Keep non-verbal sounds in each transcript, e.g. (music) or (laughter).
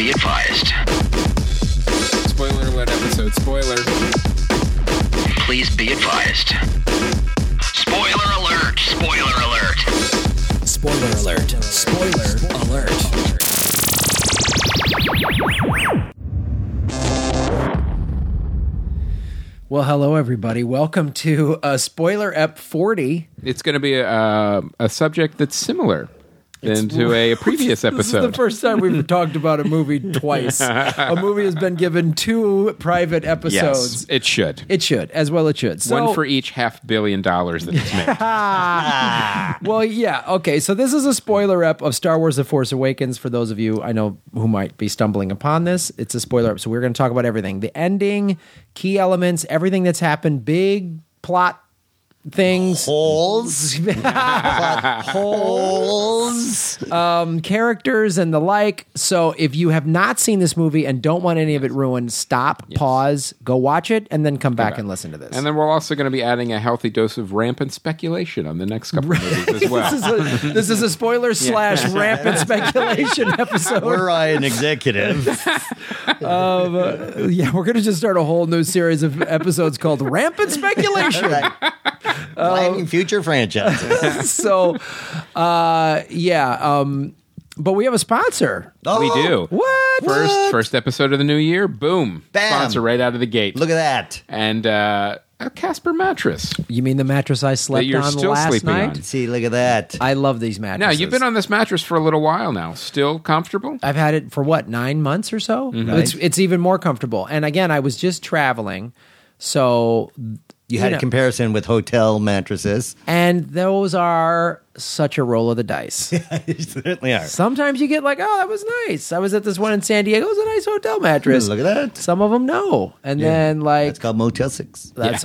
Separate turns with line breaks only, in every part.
advised.
Spoiler alert episode. Spoiler.
Please be advised. Spoiler alert! Spoiler alert!
Spoiler alert. Spoiler alert. Well, hello, everybody. Welcome to uh, Spoiler Ep 40.
It's going to be a, uh, a subject that's similar than to
(laughs)
a previous
This is the
episode.
first
(laughs)
time we've talked about a movie twice. a movie has been given two private episodes.
It should.
It should, as well it should. So,
One for each half billion dollars that it's made.
(laughs) well, yeah, okay. So this is a spoiler up of Star Wars: The Force Awakens for those of you I know who might be stumbling upon this. It's a spoiler up, so we're going to talk about everything: the ending, key elements, everything that's happened, big plot things, (laughs)
holes. holes.
Um, characters, and the like. So if you have not seen this movie and don't want any of it ruined, stop, pause, go watch it, and then come back, and listen to this.
and then we're also going to be adding a healthy dose of rampant speculation on the next couple of movies as
(laughs) this is
well.
a this is a spoiler slash rampant speculation
(laughs)
episode.
Were I an executive?
Yeah, we're gonna just start a whole new series of episodes called
(laughs)
Rampant Speculation.
Planning future franchises.
so, uh, yeah, um, but we have a sponsor.
we do.
What?
First, first episode of the new year. Boom.
Bam.
Sponsor right out of the gate.
Look at that.
and uh, a Casper mattress
You mean the mattress I
that
slept
you're
on
still
last
sleeping
night?
on.
See, look at that.
I love these
Now
mattresses.
you've been on this mattress for a little while now. Still comfortable?
I've had it for what nine months or so.
Mm-hmm.
It's it's even more comfortable. And again, I was just traveling, so
You had
know.
a comparison with hotel mattresses.
and those are such a roll of the dice.
you certainly are.
Sometimes you get like, oh, that was nice. I was at this one in San Diego. It was a nice hotel mattress.
Hmm, Look at that.
Some of them no, and then like
It's called Motel 6.
that's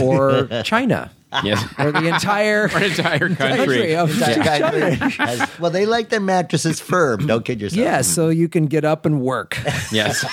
or or China
Yes.
or the entire
Our entire country.
(laughs) country of
That guy has- well, they like their mattresses firm. Don't kid yourself.
yeah. So you can get up and work,
Yes.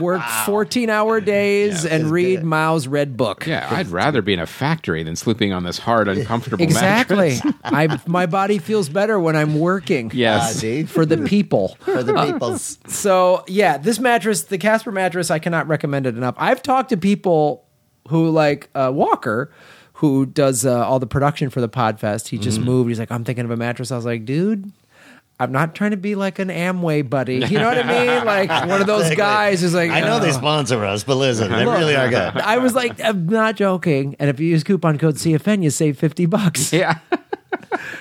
work fourteen hour days, and read Mao's Red Book. (laughs)
Yeah, I'd rather be in a factory than sleeping on this hard, uncomfortable
(laughs) Exactly.
(laughs) mattress.
I my body feels better when I'm working.
Ah,
Yes.
see?
(laughs)
For,
For the people.
the
(laughs)
peoples.
So yeah, this mattress, the Casper mattress, I cannot recommend it enough. I've talked to people who like uh, Walker, who does uh, all the production for the Podfest. He
Mm-hmm.
just moved. He's like, I'm thinking of a mattress. I was like, dude. I'm not trying to be like an Amway buddy. You know what I
(laughs)
mean? Like one of those
Exactly.
guys who's like,
I know they
"Oh."
sponsor us, but listen, they really
(laughs)
are good.
I was like, I'm not joking. And if you use coupon code CFN, you save 50 bucks.
Yeah.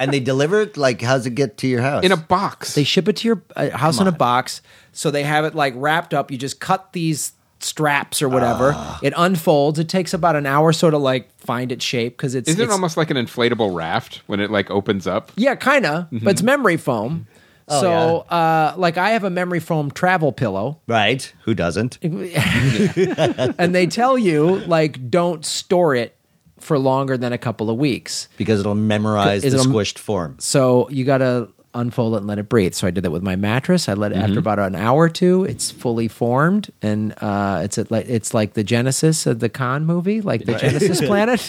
And they deliver it? Like, how's it get to your
(laughs)
house?
In a box.
They ship it to your uh, house in a box. So they have it like wrapped up. You just cut these straps or whatever.
Ah.
it unfolds. It takes about an hour so to like find its shape because it's,
Isn't it
it's-
almost like an inflatable raft when it like opens up?
yeah, kind of, but
Mm-hmm.
it's memory foam.
Oh,
so uh, like I have a memory foam
(laughs)
travel pillow,
Right. Who doesn't?
and they tell you like don't store it for longer than a couple of weeks.
Because it'll memorize
Is
the
it a-
squished form.
So you gotta unfold it and let it breathe. So I did that with my mattress. I let it
Mm-hmm.
after about an hour or two. It's fully formed, and uh, it's at, like it's like the genesis of the Khan movie, like the
(laughs)
Genesis planet.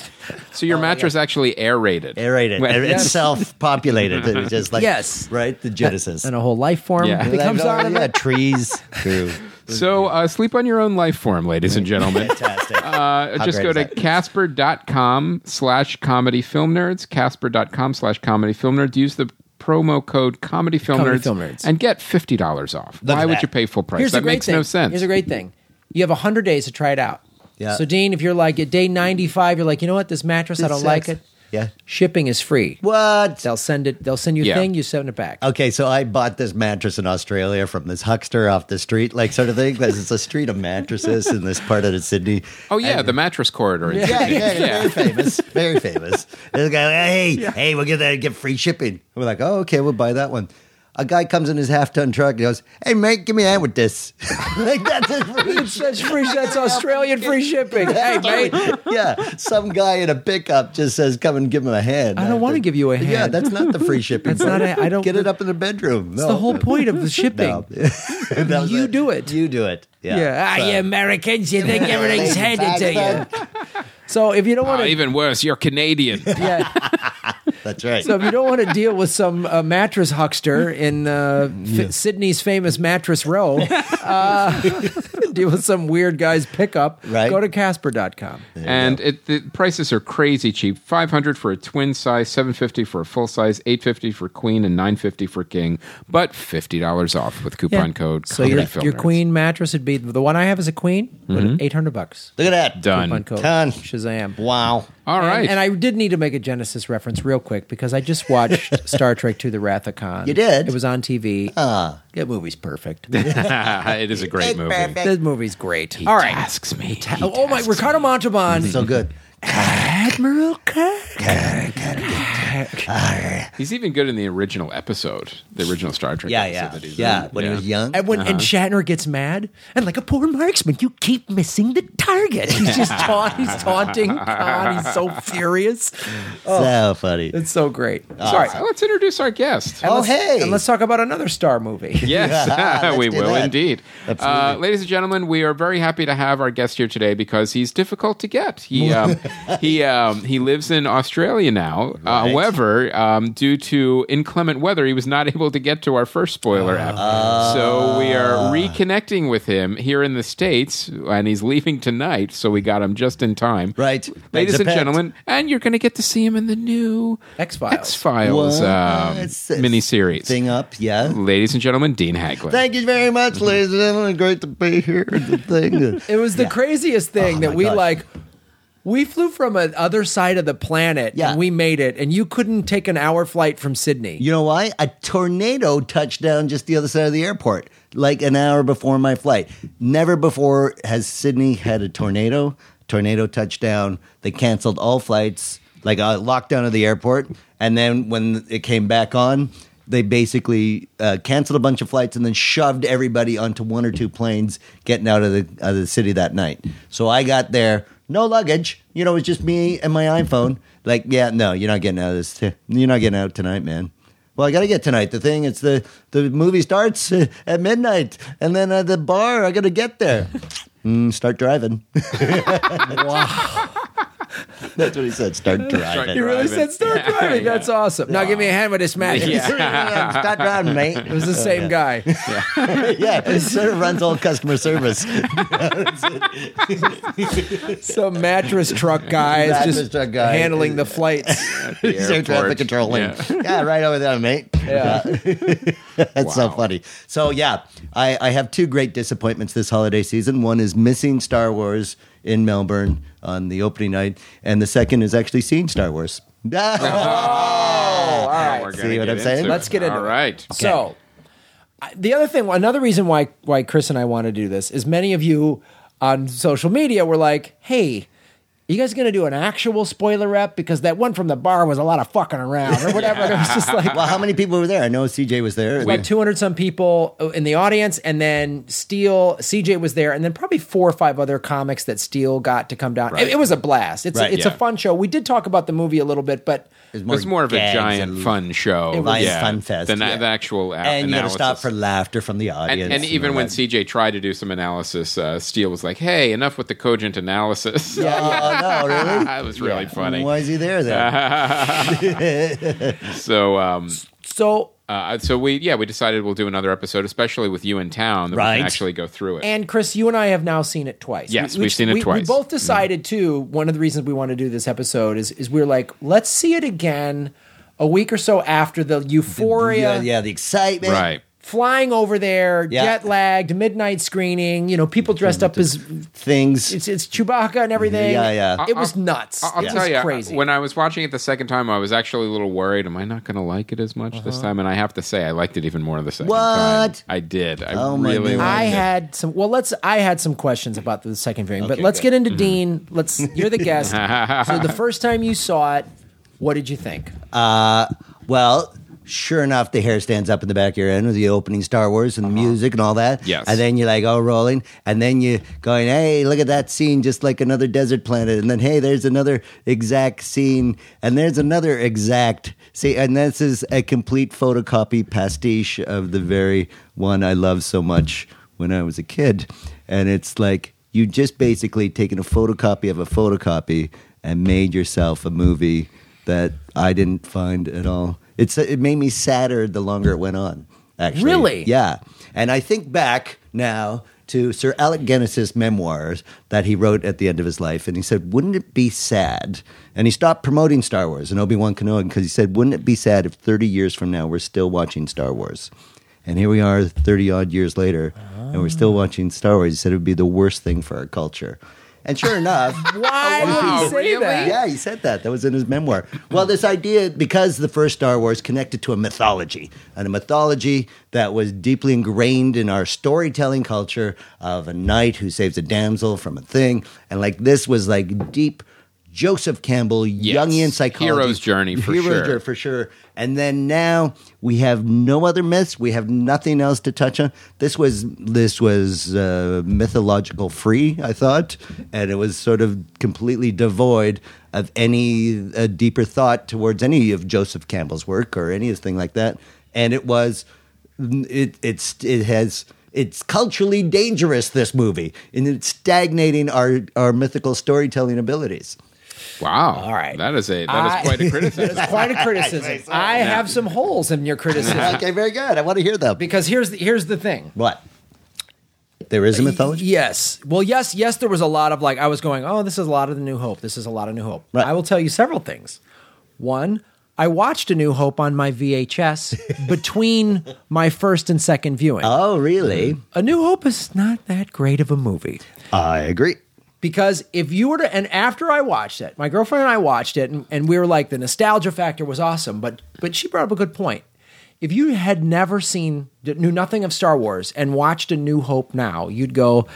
So
Oh,
your mattress actually aerated.
aerated.
Well, (laughs)
It- It's self-populated. It was just like
Yes.
right. The Genesis
and a whole life form
Yeah.
That-
becomes out of
yeah,
it.
trees. True.
So uh, sleep on your own life form, ladies
(laughs)
and gentlemen.
Fantastic.
Uh, just
great
go
is
to
that?
casper.com slash comedy film nerds, casper.com slash comedy film nerds. Use the promo code comedy film,
Comedy
nerds,
Film Nerds.
and get $50 off.
Look
Why
at
would
that.
you pay full price?
Here's
that
a great
makes
thing.
no sense.
Here's a great thing. You have hundred days to try it out.
Yeah.
So Dean, if you're like at day ninety five, you're like, you know what, this mattress, I
This
don't like
sucks.
it.
Yeah.
Shipping is free.
What?
They'll send it. They'll send you a
Yeah.
thing. You send it back.
Okay, so I bought this mattress in Australia from this huckster off the street, like sort of thing. 'cause It's a street of mattresses in this part of Sydney.
Oh, yeah, the mattress corridor. in
Yeah,
Sydney.
yeah, very famous, very famous. There's a guy, like, hey, hey, we'll get that, get free shipping. We're like, oh, okay, we'll buy that one. A guy comes in his half ton truck and he goes, hey, mate, give me a hand with this. (laughs) like that's it.
That's- That's free.
(laughs)
That's Australian free shipping. Hey, (laughs) mate.
yeah, some guy in a pickup just says, "Come and give him a hand."
I don't wanna give you a
Yeah,
hand.
that's not the free shipping.
That's not
part.
a- I don't-
get it up in the bedroom.
That's the whole point
(laughs)
of the shipping. You do it.
You do it. Yeah.
Yeah, ah, you Americans, you think everything's handed to you. So if you don't
(laughs)
want
Oh,
to, (laughs)
even worse, you're Canadian.
yeah.
That's right.
So if you don't want to deal with some uh, mattress huckster in uh, F- Sydney's famous mattress row, uh, (laughs) deal with some weird guy's pickup,
Right.
go to casper.com.
and it, the prices are crazy cheap 500 for a twin size 750 for a full size 850 for queen and 950 for king but $50 off with coupon code
So your,
Comedy Film
your
Nerds.
queen mattress would be the one I have is a queen,
Mm-hmm.
but 800 bucks.
Look at that.
Coupon
done
code
Done.
Shazam.
Wow.
all right
And, and I did need to make a Genesis reference real quick because I just watched Star Trek to the Wrath of Khan.
You did?
It was on TV.
Ah.
that movie's perfect.
(laughs) it is a great movie
this (laughs) movie's great.
He
All right.
tasks me He
oh, oh my,
tasks
Ricardo
me.
Montalban.
(laughs)
So good.
Admiral Kirk.
he's even good in the original episode the original star trek
Yeah,
episode
yeah.
that he's
Yeah.
in.
When he was young.
And, when, and Shatner gets mad, and like a poor marksman, you keep missing the target. He's just taunt, he's taunting Khan. He's so furious.
So funny.
It's so great.
all
Sorry.
right let's introduce our guest
Oh,
let's,
hey.
And let's talk about another star movie.
(laughs) Yes,
Yeah,
we
let's do
will
that.
indeed. Uh,
Absolutely.
ladies and gentlemen, we are very happy to have our guest here today because he's difficult to get.
(laughs)
He um, he um, he lives in Australia now. Uh, however, um, due to inclement weather, he was not (laughs) able to get to our first spoiler app.
Ah.
so we are reconnecting with him here in the states, and he's leaving tonight. So we got him just in time.
Right.
Ladies
It's a
and
pet.
gentlemen, and you're going to get to see him in the new
X-Files.
X Files um,
It's- it's
miniseries.
Thing up, yeah.
Ladies and gentlemen, Dean Haglund.
Thank you very much, ladies and gentlemen. Great to be here. (laughs) The thing.
It was the craziest thing
Oh,
that
my
we
gosh.
like. We flew from an other side of the planet
Yeah.
and we made it, and you couldn't take an hour flight from Sydney.
You know why? A tornado touched down just the other side of the airport, like an hour before my flight. Never before has Sydney had a tornado. Tornado touchdown. They canceled all flights, like uh, a lockdown of the airport. And then when it came back on, they basically uh, canceled a bunch of flights and then shoved everybody onto one or two planes getting out of the, out of the city that night. So I got there, no luggage. You know, it was just me and my iPhone. Like, yeah, no, you're not getting out of this. T- you're not getting out tonight, man. Well, I got to get tonight. The thing, it's the the movie starts (laughs) uh, at midnight, and then at the bar, I got to get there. Mm, start driving. (laughs) That's what he said. Start driving.
You really said (laughs) start driving. That's awesome. Now give me a hand with this mattress.
(laughs) Yeah, start driving, mate.
It was the same guy.
(laughs) yeah, it sort of runs all customer service.
Some mattress truck guy is
Mattress
just
truck guy.
handling the flights.
(laughs) He's air traffic control lane. (laughs) Yeah. right over there, mate.
Yeah.
(laughs) That's so
Wow.
funny. So yeah, I, I have two great disappointments this holiday season. One is missing Star Wars in Melbourne on the opening night, and the second is actually seeing Star Wars. (laughs)
Oh, all right.
We're
See
gonna
what I'm saying?
it.
Let's get into
All
it.
right.
So, I- the other thing, another reason why why Chris and I want to do this is many of you on social media were like, "Hey, you guys going to do an actual spoiler rep because that one from the bar was a lot of fucking around or whatever." (laughs) It was just like
(laughs)
Well, how many people were there? I know CJ was there.
like 200 some people in the audience and then Steele, CJ was there and then probably four or five other comics that Steele got to come down. It, it was a blast. It's
Right,
a, it's
yeah.
a fun show. We did talk about the movie a little bit, but
There's
It's more of a
gags
giant
and-
fun show.
It was fun fest,
Than
yeah.
the actual a-
and you got to
analysis.
stop for laughter from the
And,
audience.
and even
all
when
that.
CJ tried to do some analysis, uh, Steele was like, "Hey, enough with the cogent analysis." (laughs)
oh no, really?
it was really funny.
Why is he there then?
(laughs) So, um,
so
uh, so we yeah we decided we'll do another episode, especially with you in town, that we
Right.
can actually go through it.
and Chris, you and I have now seen it twice.
Yes, we've seen it
we, We
twice.
both decided too. One of the reasons we want to do this episode is is we're like, let's see it again a week or so after the euphoria.
yeah, yeah, the excitement.
right.
Flying over there,
Yeah.
jet lagged, midnight screening. You know, people dressed up as
Things.
it's it's Chewbacca and everything.
Yeah, yeah.
It was nuts.
I'll
it
tell
was
you,
crazy.
when I was watching it the second time, I was actually a little worried. Am I not going to like it as much this time? And I have to say, I liked it even more the second time.
What?
I did. I
Oh, my
really
goodness.
liked
I
it.
had some. Well, let's. I had some questions about the second viewing, but
Okay,
let's
good.
get
Mm-hmm.
into Dean. Let's. You're the
(laughs)
guest. so the first time you saw it, what did you think?
Well, sure enough, the hair stands up in the back of your end with the opening Star Wars and the music and all that.
Yes.
And then you're like, oh, rolling. And then you're going, hey, look at that scene, just like another desert planet. And then, hey, there's another exact scene. And there's another exact scene. And this is a complete photocopy pastiche of the very one I love so much when I was a kid. And it's like, you just basically taken a photocopy of a photocopy and made yourself a movie that I didn't find at all. It's it made me sadder the longer it went on. Actually,
Really?
yeah. And I think back now to Sir Alec Guinness's memoirs that he wrote at the end of his life, and he said, "Wouldn't it be sad?" And he stopped promoting Star Wars and Obi Wan Kenobi because he said, "Wouldn't it be sad if 30 years from now we're still watching Star Wars?" And here we are, 30 odd years later, and we're still watching Star Wars. He said it would be the worst thing for our culture. And sure enough,
(laughs) Why
Wow,
would he say
really?
that?
yeah, he said that. That was in his memoir. Well, this idea, because the first Star Wars connected to a mythology, and a mythology that was deeply ingrained in our storytelling culture of a knight who saves a damsel from a thing. And like this was like deep Joseph Campbell,
Yes.
Jungian psychology.
Hero's journey, for
Hero's
sure.
journey, for sure. And then now we have no other myths. We have nothing else to touch on. This was this was uh, mythological free, I thought, and it was sort of completely devoid of any uh, deeper thought towards any of Joseph Campbell's work or anything like that. And it was it it's it has it's culturally dangerous this movie and it's stagnating our our mythical storytelling abilities
Wow.
All right.
That is a that is
I- (laughs)
quite a criticism.
That's quite a criticism. I have some holes in your
(laughs)
criticism
okay very good i want to hear them
because here's the, here's the thing.
What? There is a mythology?
Yes. Well, yes, yes, there was a lot of like, I was going, oh, this is a lot of the New Hope. This is a lot of New Hope.
Right.
I will tell you several things. One, I watched A New Hope on my VHS between my first and second viewing.
Oh, really?
a New Hope is not that great of a movie.
I agree.
because if you were to and after i watched it my girlfriend and i watched it and, and we were like the nostalgia factor was awesome but but she brought up a good point if you had never seen knew nothing of star wars and watched a new hope now you'd go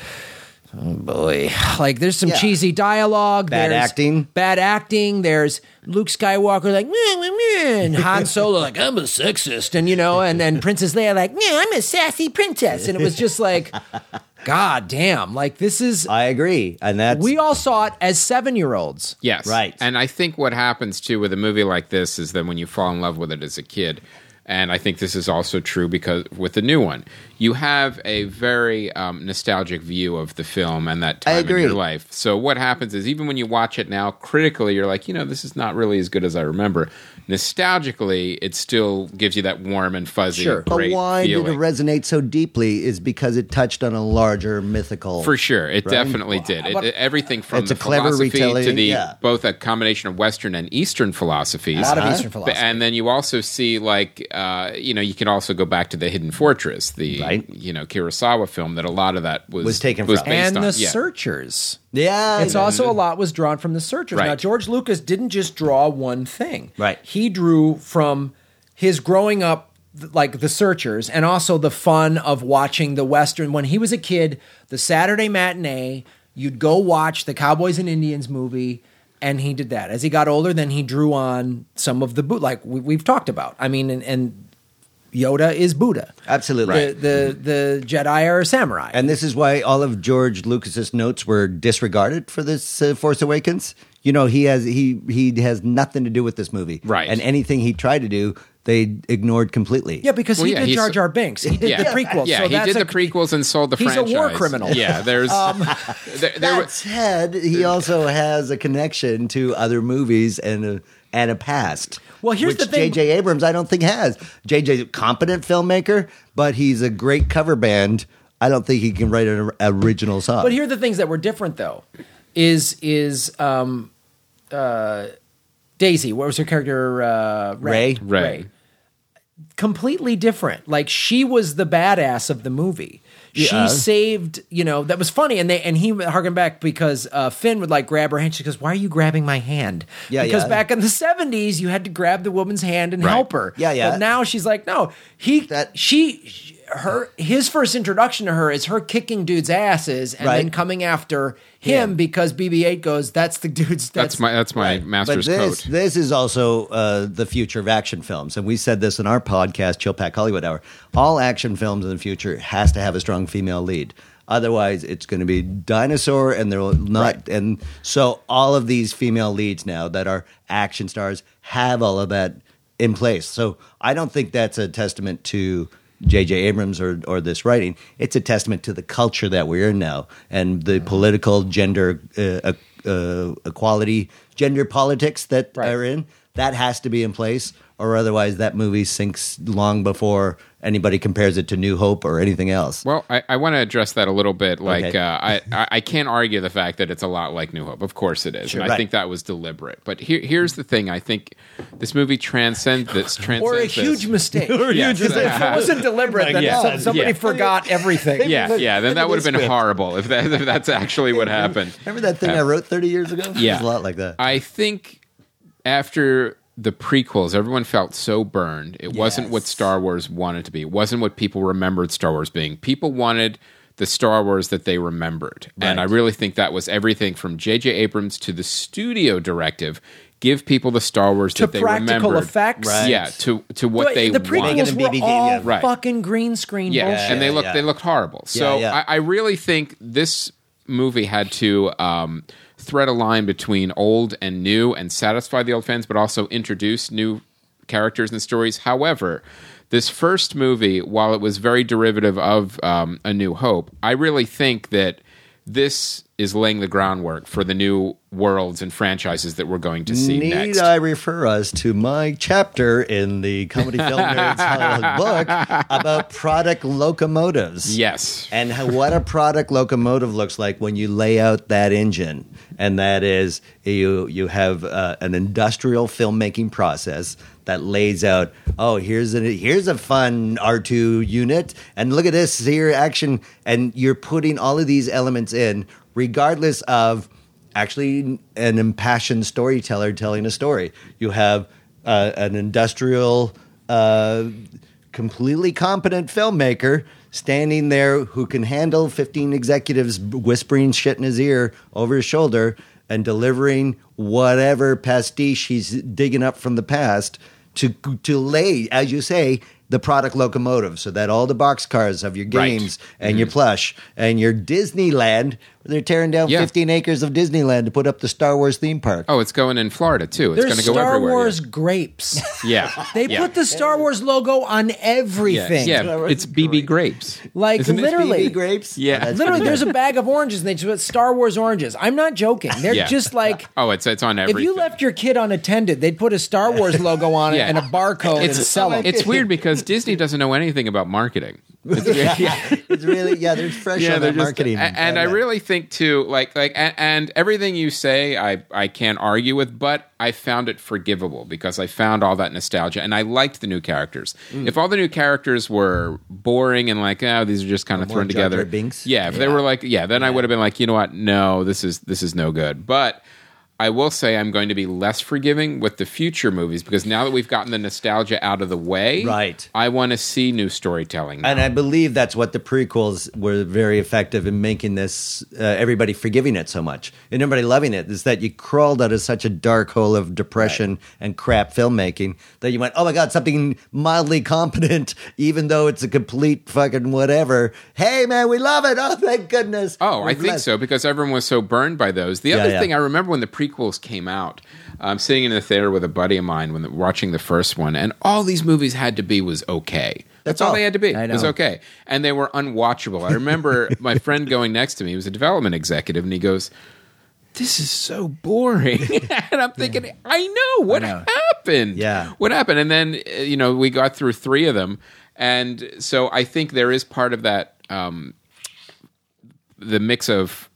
oh boy like there's some
Yeah.
cheesy dialogue
Bad
there's
acting.
bad acting there's luke skywalker like meh, meh, meh, and han solo like i'm a sexist and you know and then princess leia like meh, i'm a sassy princess and it was just like
(laughs)
god damn like this is
I agree. And that's
we all saw it as seven year olds.
Yes.
Right.
And I think what happens too with a movie like this is that when you fall in love with it as a kid, and I think this is also true because with the new one, you have a very um, nostalgic view of the film and that time
I agree.
in your life. So what happens is even when you watch it now critically, you're like, you know, this is not really as good as I remember. Nostalgically, it still gives you that warm and fuzzy.
Sure.
but
great
why
feeling.
did it resonate so deeply is because it touched on a larger mythical
For sure, it
Right?
definitely did. It,
but-
it- everything from
It's
the
a clever
philosophy to
retelling,
the
yeah.
both a combination of Western and Eastern philosophies.
A lot of
Uh-huh.
Eastern philosophy.
And then you also see, like, uh, you know, you can also go back to the Hidden Fortress, the
Right.
you know Kurosawa film that a lot of that was
Was taken
was
from.
based
and
on.
the
yeah.
searchers.
Yeah.
It's also a lot was drawn from the searchers.
Right.
Now George Lucas didn't just draw one thing.
Right.
He drew from his growing up th- like the searchers and also the fun of watching the western when he was a kid, the Saturday matinee, you'd go watch the Cowboys and Indians movie and he did that. As he got older, then he drew on some of the boot like we, we've talked about. I mean and, and Yoda is Buddha.
Absolutely.
The, the the Jedi are samurai.
And this is why all of George Lucas's notes were disregarded for this uh, Force Awakens. You know, he has he he has nothing to do with this movie.
Right.
And anything he tried to do, they ignored completely.
Yeah, because
Well,
he
yeah,
did
he's-
Jar Jar Binks. He did the prequels.
Yeah,
so
he
that's
did
a-
the prequels and sold the
he's a
franchise.
war criminal. Um,
Yeah, there's (laughs) there, there
That
was
said, he also has a connection to other movies and a, and a past.
Well, here's
which
the thing-
J.J. Abrams, I don't think has. J.J. 's a competent filmmaker, but he's a great cover band. I don't think he can write an or- original song.
But here are the things that were different, though. Is is um, uh, Daisy? What was her character? Uh,
Ray.
Ray.
Completely different. Like she was the badass of the movie.
Yeah.
She saved, you know, that was funny, and they and he harkened back because uh, Finn would like grab her hand. She goes, "Why are you grabbing my hand?"
Yeah,
because
yeah.
back in the seventies, you had to grab the woman's hand and
Right.
help her.
Yeah, yeah.
But now she's like, no, he,
That-
she, her, his first introduction to her is her kicking dudes' asses and then
Right.
coming after him
Yeah.
because BB-8 goes, that's the dude's.
that's my that's my master's
but this,
coat.
This is also uh, the future of action films, and we said this in our podcast, Chill Pack Hollywood Hour. All action films in the future has to have a strong female lead. Otherwise, it's going to be dinosaur, and they're not. And so, all of these female leads now that are action stars have all of that in place. So, I don't think that's a testament to J.J. Abrams or, or this writing. It's a testament to the culture that we're in now and the political uh, gender uh, uh, equality, gender politics that
Right.
are in. that has to be in place, or otherwise that movie sinks long before anybody compares it to New Hope or anything else.
Well, I, I want to address that a little bit. Like,
Okay.
uh, I, I I can't argue the fact that it's a lot like New Hope. Of course it is, and I
right.
think that was deliberate. But here, here's the thing: I think this movie transcends this. Transcends
or a
this.
huge
(laughs)
mistake.
Yes.
Because
(laughs)
if it wasn't deliberate, then
Yeah.
some- somebody
Yeah.
forgot everything.
Yeah, yeah. Then that would have been
script.
horrible if, that, if that's actually what happened.
Remember that thing I wrote 30 years ago?
Yeah.
It was a lot like that.
I think after the prequels, everyone felt so burned. It wasn't what
Yes.
Star Wars wanted to be. It wasn't what people remembered Star Wars being. People wanted the Star Wars that they remembered. And I really think that was everything from J.J. Abrams to the studio directive. Give people the Star Wars
To
that they
practical
remembered.
effects.
Right.
Yeah, to, to what
But
they
the
wanted.
Making
prequels
them
were
BB-8,
all
yeah.
Right.
fucking green screen
Yeah,
bullshit.
and they looked
yeah.
they looked horrible. So
Yeah, yeah.
I, I really think this movie had to um, thread a line between old and new and satisfy the old fans, but also introduce new characters and stories. However, this first movie, while it was very derivative of um, A New Hope, I really think that this is laying the groundwork for the new worlds and franchises that we're going to see
Need
next.
I refer us to my chapter in the
(laughs)
Comedy Film Nerds Hollywood book about product locomotives?
yes.
(laughs) And how, what a product locomotive looks like when you lay out that engine. And that is, you, you have uh, an industrial filmmaking process that lays out, oh, here's a, here's a fun R2 unit. And look at this here action. And you're putting all of these elements in, regardless of actually an impassioned storyteller telling a story. You have uh, an industrial. Uh, completely competent filmmaker standing there who can handle 15 executives whispering shit in his ear over his shoulder and delivering whatever pastiche he's digging up from the past to to lay as you say the product locomotive so that all the box cars of your
Right. Mm-hmm.
games and your plush and your Disneyland they're tearing down
Yeah.
15 acres of Disneyland to put up the Star Wars theme park
Oh, it's going in Florida too. It's going to
There's
go
Star
everywhere.
Wars grapes.
Yeah.
They
Yeah.
put the Star Wars logo on
yeah,
everything.
yeah, it's BB grapes.
Like
Isn't it?
literally,
BB grapes Oh,
Yeah.
(laughs)
that's
literally,
pretty
there's (laughs)
good.
a bag of oranges and they just put Star Wars oranges. I'm not joking. They're
Yeah. (laughs)
just like.
Oh, it's it's on
If
everything.
you left your kid unattended, they'd put a Star Wars logo on
(laughs)
it
Yeah.
and a barcode
it's
and sell (laughs) it.
It's weird because Disney doesn't know anything about marketing.
it's really yeah they're fresh on
they're
their
just-
marketing
a- and
Yeah,
I
yeah.
really think too, like like and, and everything you say, I I can't argue with, but I found it forgivable because I found all that nostalgia and I liked the new characters.
Mm.
If all the new characters were boring and like, oh, these are just kind of
More
thrown
Jar Jar
together,
Binks?
yeah, if they were like, yeah, then I would have been like, you know what, no, this is this is no good, but. I will say I'm going to be less forgiving with the future movies because now that we've gotten the nostalgia out of the way,
Right.
I want to see new storytelling. now.
And I believe that's what the prequels were very effective in making this uh, everybody forgiving it so much and everybody loving it is that you crawled out of such a dark hole of depression and crap filmmaking that you went, oh my god, something mildly competent, even though it's a complete fucking whatever. Hey man, we love it. Oh thank goodness.
Oh,
We're
I think
blessed.
so because everyone was so burned by those. The
Yeah,
other
yeah.
thing I remember when the prequels came out, um, sitting in the theater with a buddy of mine when the, watching the first one, and all these movies had to be was okay. That's,
That's
all
all.
they had to be.
I
It was
know.
okay, and they were unwatchable. I remember my friend going next to me. He was a development executive, and he goes, "This is so boring," (laughs) and I'm thinking, "I know what
know.
happened.
Yeah.
what happened?" And then uh, you know we got through three of them, and so I think there is part of that. Um, the mix of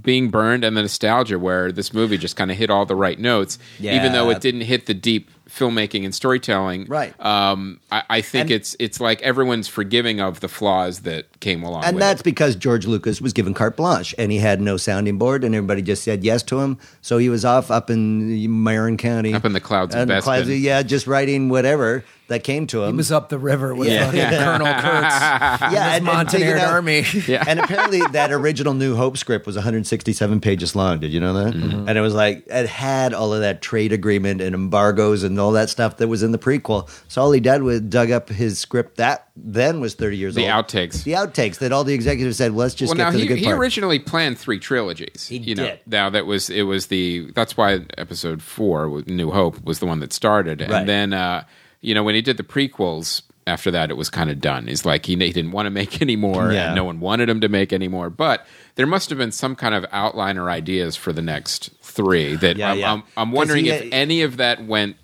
being burned and the nostalgia where this movie just kind of hit all the right notes even though
Yeah.
it didn't hit the deep filmmaking and storytelling
Right.
um, I, I think it's it's like everyone's forgiving of the flaws that came along
And
with
that's
it.
because George Lucas was given carte blanche and he had no sounding board and everybody just said yes to him. So he was off up in Marin County.
Up in the clouds of
And the
Bespin.
clouds of- Yeah, just writing whatever that came to him.
He was up the river with
Yeah.
fucking Colonel
(laughs)
Kurtz.
yeah,
and, and
taking out-
Army.
(laughs)
and apparently that original New Hope script was 167 pages long. Did you know that?
Mm-hmm.
And it was like it had all of that trade agreement and embargoes and all that stuff that was in the prequel. So all he did was dug up his script that then was 30 years
The
old.
outtakes.
the outtakes that all the executives said, "Let's just
well
get
now
to the
he,
good
he
part."
originally planned three trilogies he you know
did.
now that was it was the that's why episode four with new hope was the one that started
Right.
and then uh, you know when he did the prequels after that it was kind of done he's like he, he didn't want to make (laughs) any more
Yeah.
and no one wanted him to make any more but there must have been some kind of outline or ideas for the next three that
Yeah,
I'm,
yeah.
I'm, I'm
'Cause
wondering
he- uh,
if any of that went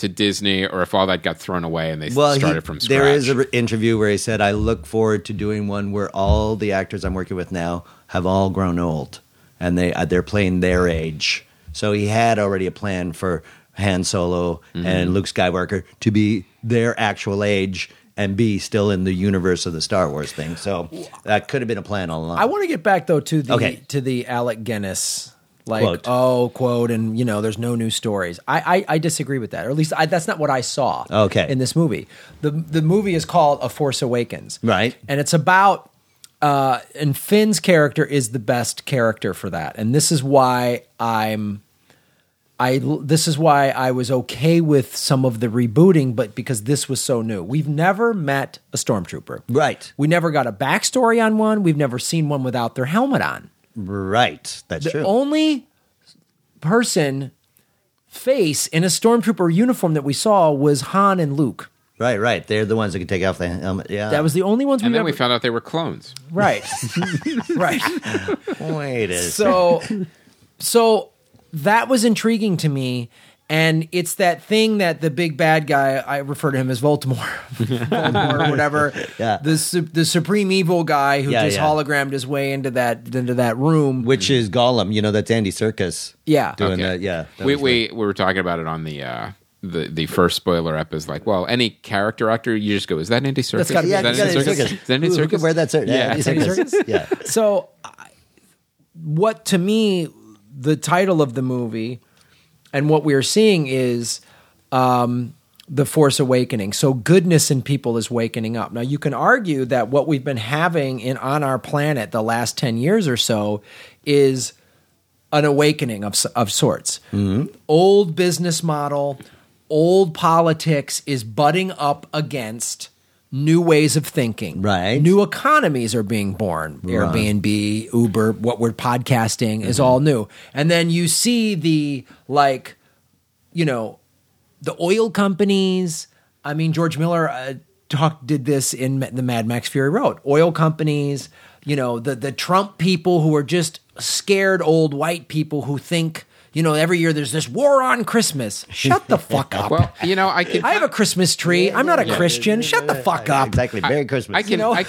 to Disney, or if all that got thrown away and they
Well, he-
started from scratch.
there is an interview where he said, "I look forward to doing one where all the actors I'm working with now have all grown old, and they uh, they're playing their age." So he had already a plan for Han Solo
Mm-hmm.
and Luke Skywalker to be their actual age and be still in the universe of the Star Wars thing. So that could have been a plan all along.
I want to get back though to the
Okay.
to the Alec Guinness like
Quote.
oh quote and you know there's no new stories. I I, I disagree with that. Or at least I, that's not what I saw.
Okay.
In this movie, the the movie is called A Force Awakens.
Right.
And it's about uh and Finn's character is the best character for that. And this is why I'm I this is why I was okay with some of the rebooting, but because this was so new, we've never met a stormtrooper.
Right.
We never got a backstory on one. We've never seen one without their helmet on.
right, that's
The
true.
only person face in a stormtrooper uniform that we saw was Han and Luke.
right, right. They're the ones that can take off the helmet. Yeah,
That was the only ones we
and then
ever,
we found out they were clones. (laughs)
right, right.
wait a
(laughs) So, so that was intriguing to me. And it's that thing that the big bad guy, I refer to him as Voldemort, (laughs) Voldemort or whatever,
(laughs) Yeah.
the, su- the supreme evil guy who
Yeah,
just
yeah.
hologrammed his way into that, into that room.
which is Gollum. You know, that's Andy Circus.
Yeah.
doing that. Yeah, that
we
was
we, we were talking about it on the. Uh, the, the first spoiler up is like, well, any character actor, you just go, is that Andy Circus?
gotta be-
is
Yeah,
that
you
Andy
gotta-
Circus? Is that Andy
Ooh, who
Circus?
could wear that cir-
Yeah.
Andy Circus. yeah.
So, I- what to me, the title of the movie and what we are seeing is um, the Force Awakening. So, goodness in people is wakening up. Now, you can argue that what we've been having in on our planet the last ten years or so is an awakening of s- of sorts. Old business model, old politics is butting up against new ways of thinking.
Right.
New economies are being born. Airbnb, Uber, what we're podcasting is all new. And then you see the like you know, the oil companies. I mean, George Miller uh, talked did this in Ma- the Mad Max Fury Road. Oil companies, you know, the the Trump people who are just scared old white people who think, you know, every year there's this war on Christmas. Shut the fuck up.
Well, you know, I can.
(laughs) I have a Christmas tree. I'm not a Christian. Shut the fuck up.
Exactly. Merry Christmas.
I can,
know?
I,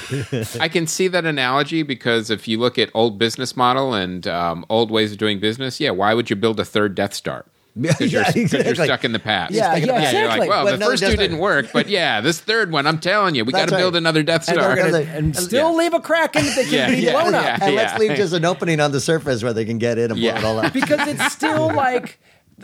I can see that analogy because if you look at old business model and um, old ways of doing business, yeah, why would you build a third Death Star? Because
(laughs) Yeah,
you're, 'cause you're
exactly.
stuck in the past. You're
Yeah,
stuck in the
yeah,
past. You're
exactly.
like, well,
But
the
another
first
Death
two
Star-
didn't work, but yeah, this third one, I'm telling you, we got
That's
to build
right.
another Death
And,
Star.
they're gonna-
Sorry.
and still leave a crack in it that can
Yeah,
be
yeah,
blown up.
yeah.
and let's leave
I-
just an opening on the surface where they can get in and blow
Yeah.
it all
(laughs)
up.
because it's still like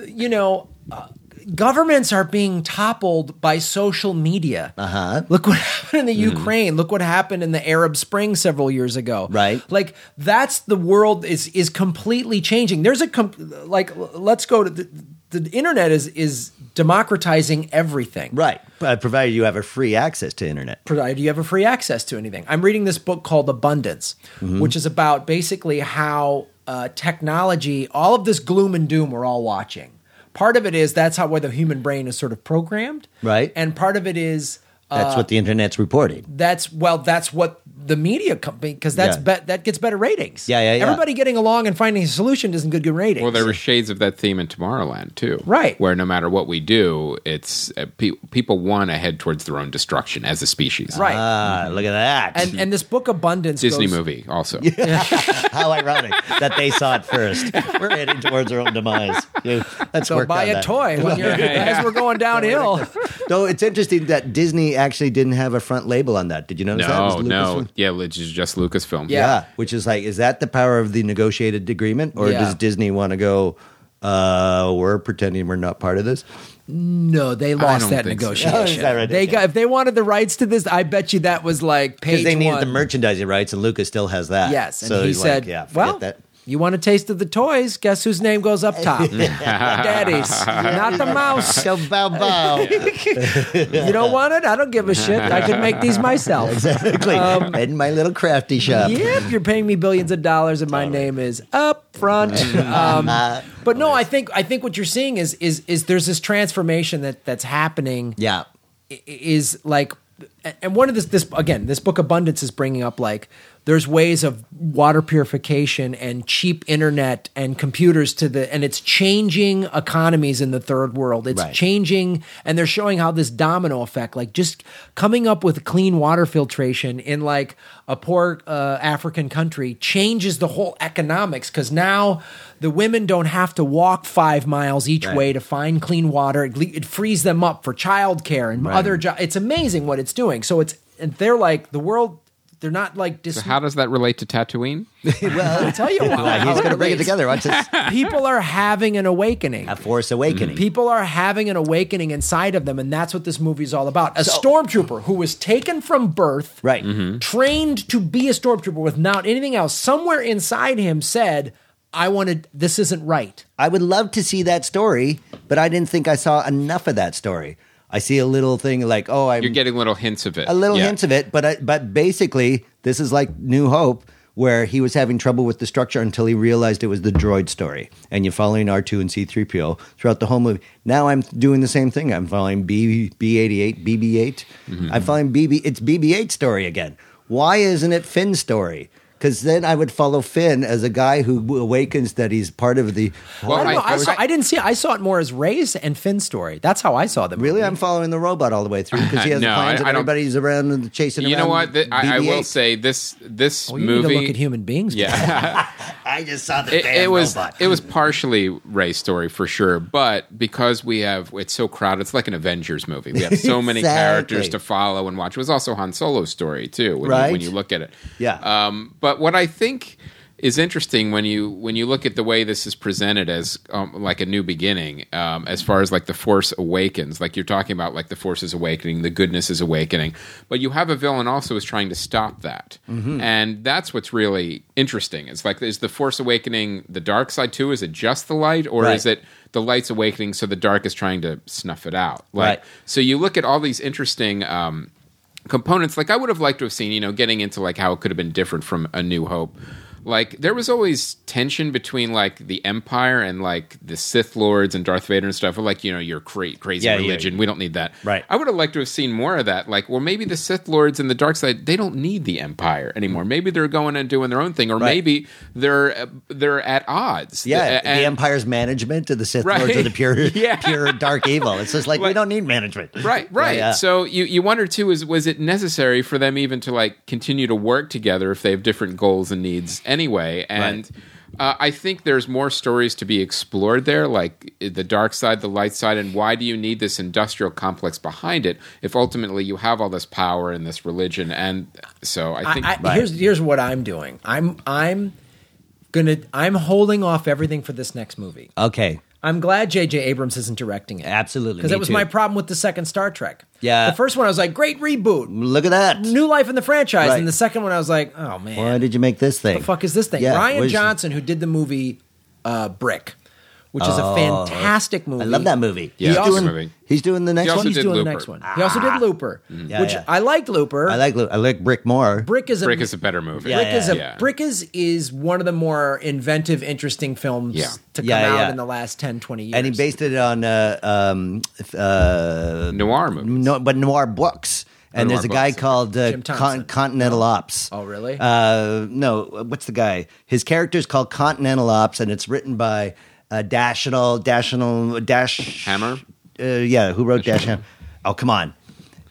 you know uh, governments are being toppled by social media uh-huh look what happened in the
Mm-hmm.
ukraine look what happened in the arab spring several years ago
Right.
like that's the world is is completely changing there's a com- like l- let's go to the, the internet is is democratizing everything
Right. But provided you have a free access to internet.
provide you have a free access to anything. I'm reading this book called Abundance,
Mm-hmm.
which is about basically how uh, technology, all of this gloom and doom we're all watching. Part of it is that's how where the human brain is sort of programmed,
Right.
And part of it is
Uh,
That's what the internet's reporting.
that's well, that's what the media company because that's
Yeah.
bet that gets better ratings.
Yeah, yeah, yeah.
Everybody getting along and finding a solution doesn't get good ratings.
well, there were shades of that theme in Tomorrowland too,
Right.
Where no matter what we do, it's uh, pe- people want to head towards their own destruction as a species,
right,
Ah, look at that.
and and this book Abundance
Disney
goes-
movie
(laughs)
also.
(laughs) How ironic that they saw it first. We're heading towards our own
(laughs)
demise. Yeah, Let's
So
work
buy
on
a
that.
toy
(laughs)
when you're, as we're going downhill.
Though it's interesting that Disney actually didn't have a front label on that. Did you notice that? It
No,
was
no,
Lucasfilm.
yeah, which is just Lucasfilm.
Yeah.
Yeah. which is like, is that the power of the negotiated agreement, or
Yeah.
does Disney want to go? Uh, we're pretending we're not part of this.
No, they lost
don't
that
think so.
(laughs) Oh,
negotiation.
is that right?
They
Okay.
got if they wanted the rights to this, I bet you that was like page
Because they needed
one.
the merchandising rights, and Lucas still has that.
Yes, and
so
he
he's
said,
like, "Yeah, forget
"Well,
that."
you want a taste of the toys? Guess whose name goes up
(laughs)
top? Daddy's, not the mouse.
So bow bow,
You don't want it? I don't give a shit. I can make these myself.
exactly.
Um,
in my little crafty shop.
Yep, you're paying me billions of dollars, and my name is up front.
Uh,
Um, but no, I think I think what you're seeing is is is there's this transformation that that's happening.
yeah,
i- is like and one of this this again this book abundance is bringing up like there's ways of water purification and cheap internet and computers to the and it's changing economies in the third world. It's
Right.
changing and they're showing how this domino effect like just coming up with clean water filtration in like a poor uh, African country changes the whole economics cuz now the women don't have to walk 5 miles each
Right.
way to find clean water. It, le- it frees them up for childcare and other jobs. It's amazing what it's doing. So it's and they're like the world they're not like dis- uh,
How does that relate to Tatooine?
(laughs) well,
I'll tell you why.
he's going to bring it
Relates.
together.
(laughs)
Watch this.
People are having an awakening.
A Force Awakening.
People are having an awakening inside of them, and that's what this movie is all about. A stormtrooper who was taken from birth,
Right.
trained to be a stormtrooper without anything else, somewhere inside him said, I wanted this isn't right.
I would love to see that story, but I didn't think I saw enough of that story. I see a little thing like, oh, I'm
(laughs)
You're getting little hints of it.
a little hints of it, but I, but basically, this is like New Hope, where he was having trouble with the structure until he realized it was the droid story, and you're following R two and C three PO throughout the whole movie. Now I'm doing the same thing. I'm following B B eighty eight, BB 8
Mm-hmm.
I'm following BB. It's BB eight story again. Why isn't it Finn's story? Because then I would follow Finn as a guy who awakens that he's part of the.
Well,
I, don't know,
I-
I,
I was-
saw, I didn't see it. I saw it more as Ray's and Finn's story. That's how I saw them.
Really, I'm following the robot all the way through because he
(laughs)
has
No,
the plans
I-
and
I don't-
everybody's around and chasing.
You know
around
what? Th- I, I will
BB-8.
say this. This
Well, Oh, you
movie.
need to look at human beings. (laughs)
yeah,
I just saw the
it,
damn
it was
robot.
it was partially Ray's story for sure, but because we have it's so crowded, it's like an Avengers movie. We have so many
(laughs) Exactly.
characters to follow and watch. It was also Han Solo's story too, when, you, when
Right.
you look at it.
Yeah.
Um, but what I think is interesting when you when you look at the way this is presented as um, like a new beginning, um, as far as like the Force awakens, like you're talking about, like the Force is awakening, the goodness is awakening, but you have a villain also is trying to stop that,
Mm-hmm.
and that's what's really interesting. It's like is the Force awakening the dark side too? Is it just the light, or
Right.
is it the light's awakening so the dark is trying to snuff it out? Like,
Right.
So you look at all these interesting. Um, components like i would have liked to have seen you know getting into like how it could have been different from a new hope like there was always tension between like the empire and like the sith lords and darth vader and stuff or like you know your cra- crazy
Yeah, yeah,
religion we don't need that
Right.
i would have liked to have seen more of that like well maybe the sith lords and the dark side they don't need the empire anymore maybe they're going and doing their own thing or
Right.
maybe they're uh, they're at odds
Yeah,
uh, And-
the Empire's management to the Sith Lords
Right.
of the
(laughs)
pure,
Yeah.
pure dark evil. It's just like we
Right.
don't need management.
(laughs) Right, right.
Yeah, yeah.
So you, you wonder too is was it necessary for them even to like continue to work together if they have different goals and needs anyway? And uh, I think there's more stories to be explored there, like i- the dark side, the light side, and why do you need this industrial complex behind it if ultimately you have all this power and this religion? And so I think
I, I, here's here's what I'm doing. I'm I'm gonna I'm holding off everything for this next movie.
okay,
I'm glad J.J. Abrams isn't directing it.
Absolutely,
because that
me
was
too.
my problem with the second Star Trek.
Yeah.
the first one I was like, great reboot,
look at that.
new life in the franchise,
Right.
and the second one I was like, oh man,
Why did you make this thing?
the fuck is this thing?
Yeah,
Ryan
where's-
Johnson, who did the movie uh, Brick, which is a fantastic movie.
Oh, I love that movie.
Yeah,
he's,
it's a
doing,
good movie.
he's doing the next
He also
one.
He's
did
doing the
Looper.
next one. He also did Looper,
Ah. Mm-hmm. Yeah,
which
yeah.
I liked Looper.
I like I like Brick more.
Brick is a
Brick is a better movie.
Yeah,
Brick is a
yeah.
Brick is is one of the more inventive, interesting films
Yeah.
to come
Yeah,
out
yeah.
in the last 10, 20 years.
and he based it on uh, um, uh,
noir movie.
no, but noir books. And
noir
there's a guy
books, okay.
called uh,
Jim Thompson.
Con- Continental Ops.
Oh, really?
Uh, no, what's the guy? His character's called Continental Ops, and it's written by uh, Dashinal, Dashinal, Dash
Hammer?
Uh, yeah, who wrote Dash Hammer? Oh, come on.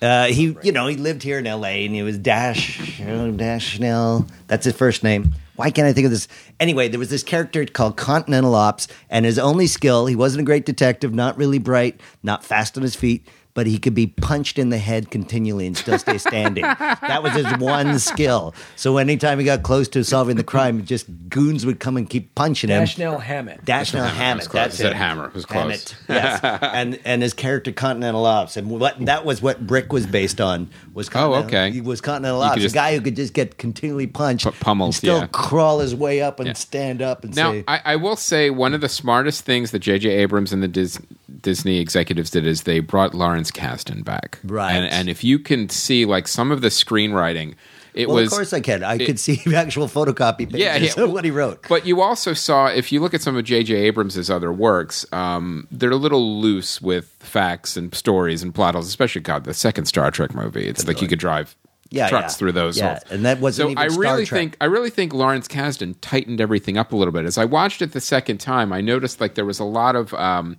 Uh, he, you know, he lived here in L.A. and he was Dash oh, Dashnell. That's his first name. Why can't I think of this? Anyway, there was this character called Continental Ops, and his only skill, he wasn't a great detective, not really bright, not fast on his feet, but he could be punched in the head continually and still stay standing. that was his one skill. So anytime he got close to solving the crime, just goons would come and keep punching him.
Dashnell Hammett.
Dashnell
was
Hammett.
close.
That's
I said
it.
Hammer. It was (laughs)
Hammett. Yes. and and his character Continental Ops, and what that was what Brick was based on was Continental,
Oh, okay.
he was Continental
You could
Ops,
just-
a guy who could just get continually punched,
Pu- pummeled,
and still
yeah.
crawl his way up and
Yeah.
stand up and
Now,
say,
I, I will say one of the smartest things that J.J. Abrams and the Dis- Disney executives did is they brought Lawrence Kasdan back.
Right.
And, and if you can see, like, some of the screenwriting, it
"Well,
was.
of course I can. I could see (laughs) actual photocopy pages
Yeah, yeah.
of what he wrote."
But you also saw, if you look at some of J.J. Abrams' other works, um, they're a little loose with facts and stories and plot holes, especially, God, the second Star Trek movie. It's like you could drive
Yeah,
trucks
yeah.
through those
Yeah,
holes.
and that wasn't
so.
even
I
Star
really
Trek.
think I really think Lawrence Kasdan tightened everything up a little bit. As I watched it the second time, I noticed like there was a lot of. Um,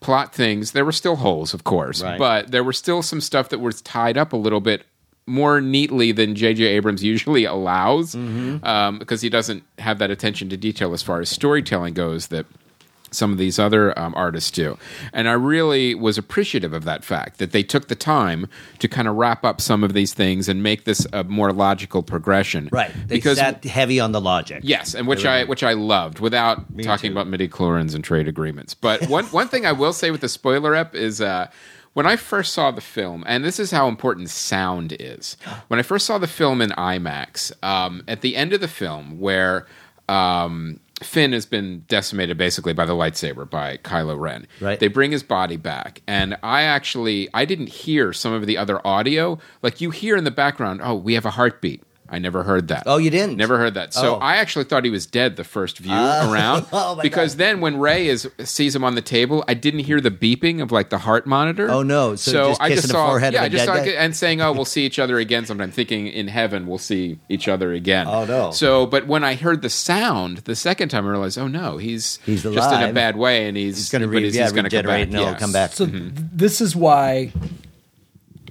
plot things there were still holes of course
Right.
but there were still some stuff that was tied up a little bit more neatly than jj abrams usually (laughs) allows
Mm-hmm.
um, because he doesn't have that attention to detail as far as storytelling goes that some of these other um, artists do and i really was appreciative of that fact that they took the time to kind of wrap up some of these things and make this a more logical progression
Right. They
because
sat heavy on the logic.
Yes, and which I which I loved without talking about midi chlorins and trade agreements. But one one thing I will say with the spoiler up is uh, when I first saw the film, and this is how important sound is. When I first saw the film in IMAX, um, at the end of the film, where um, Finn has been decimated basically by the lightsaber by Kylo Ren,
Right.
they bring his body back, and I actually I didn't hear some of the other audio. Like you hear in the background, oh, we have a heartbeat. I never heard that.
Oh, you didn't?
Never heard that. So
Oh.
I actually thought he was dead the first view
(laughs)
around
Oh, my
because
God.
then when Ray is sees him on the table, I didn't hear the beeping of like the heart monitor.
Oh, no. So just kissing the forehead
yeah,
of a
I just
dead
saw
guy?
and saying, "Oh, we'll see each other again." Sometime thinking in heaven we'll see each other again.
Oh, no.
So, but when I heard the sound the second time, I realized, "Oh no, he's
He's
just in a
alive.
bad way, and he's,
He's going to
but
re-
he's,
yeah,
he's gonna come
regenerate
back."
and it'll
Yes.
come back.
So th-
Mm-hmm.
this is why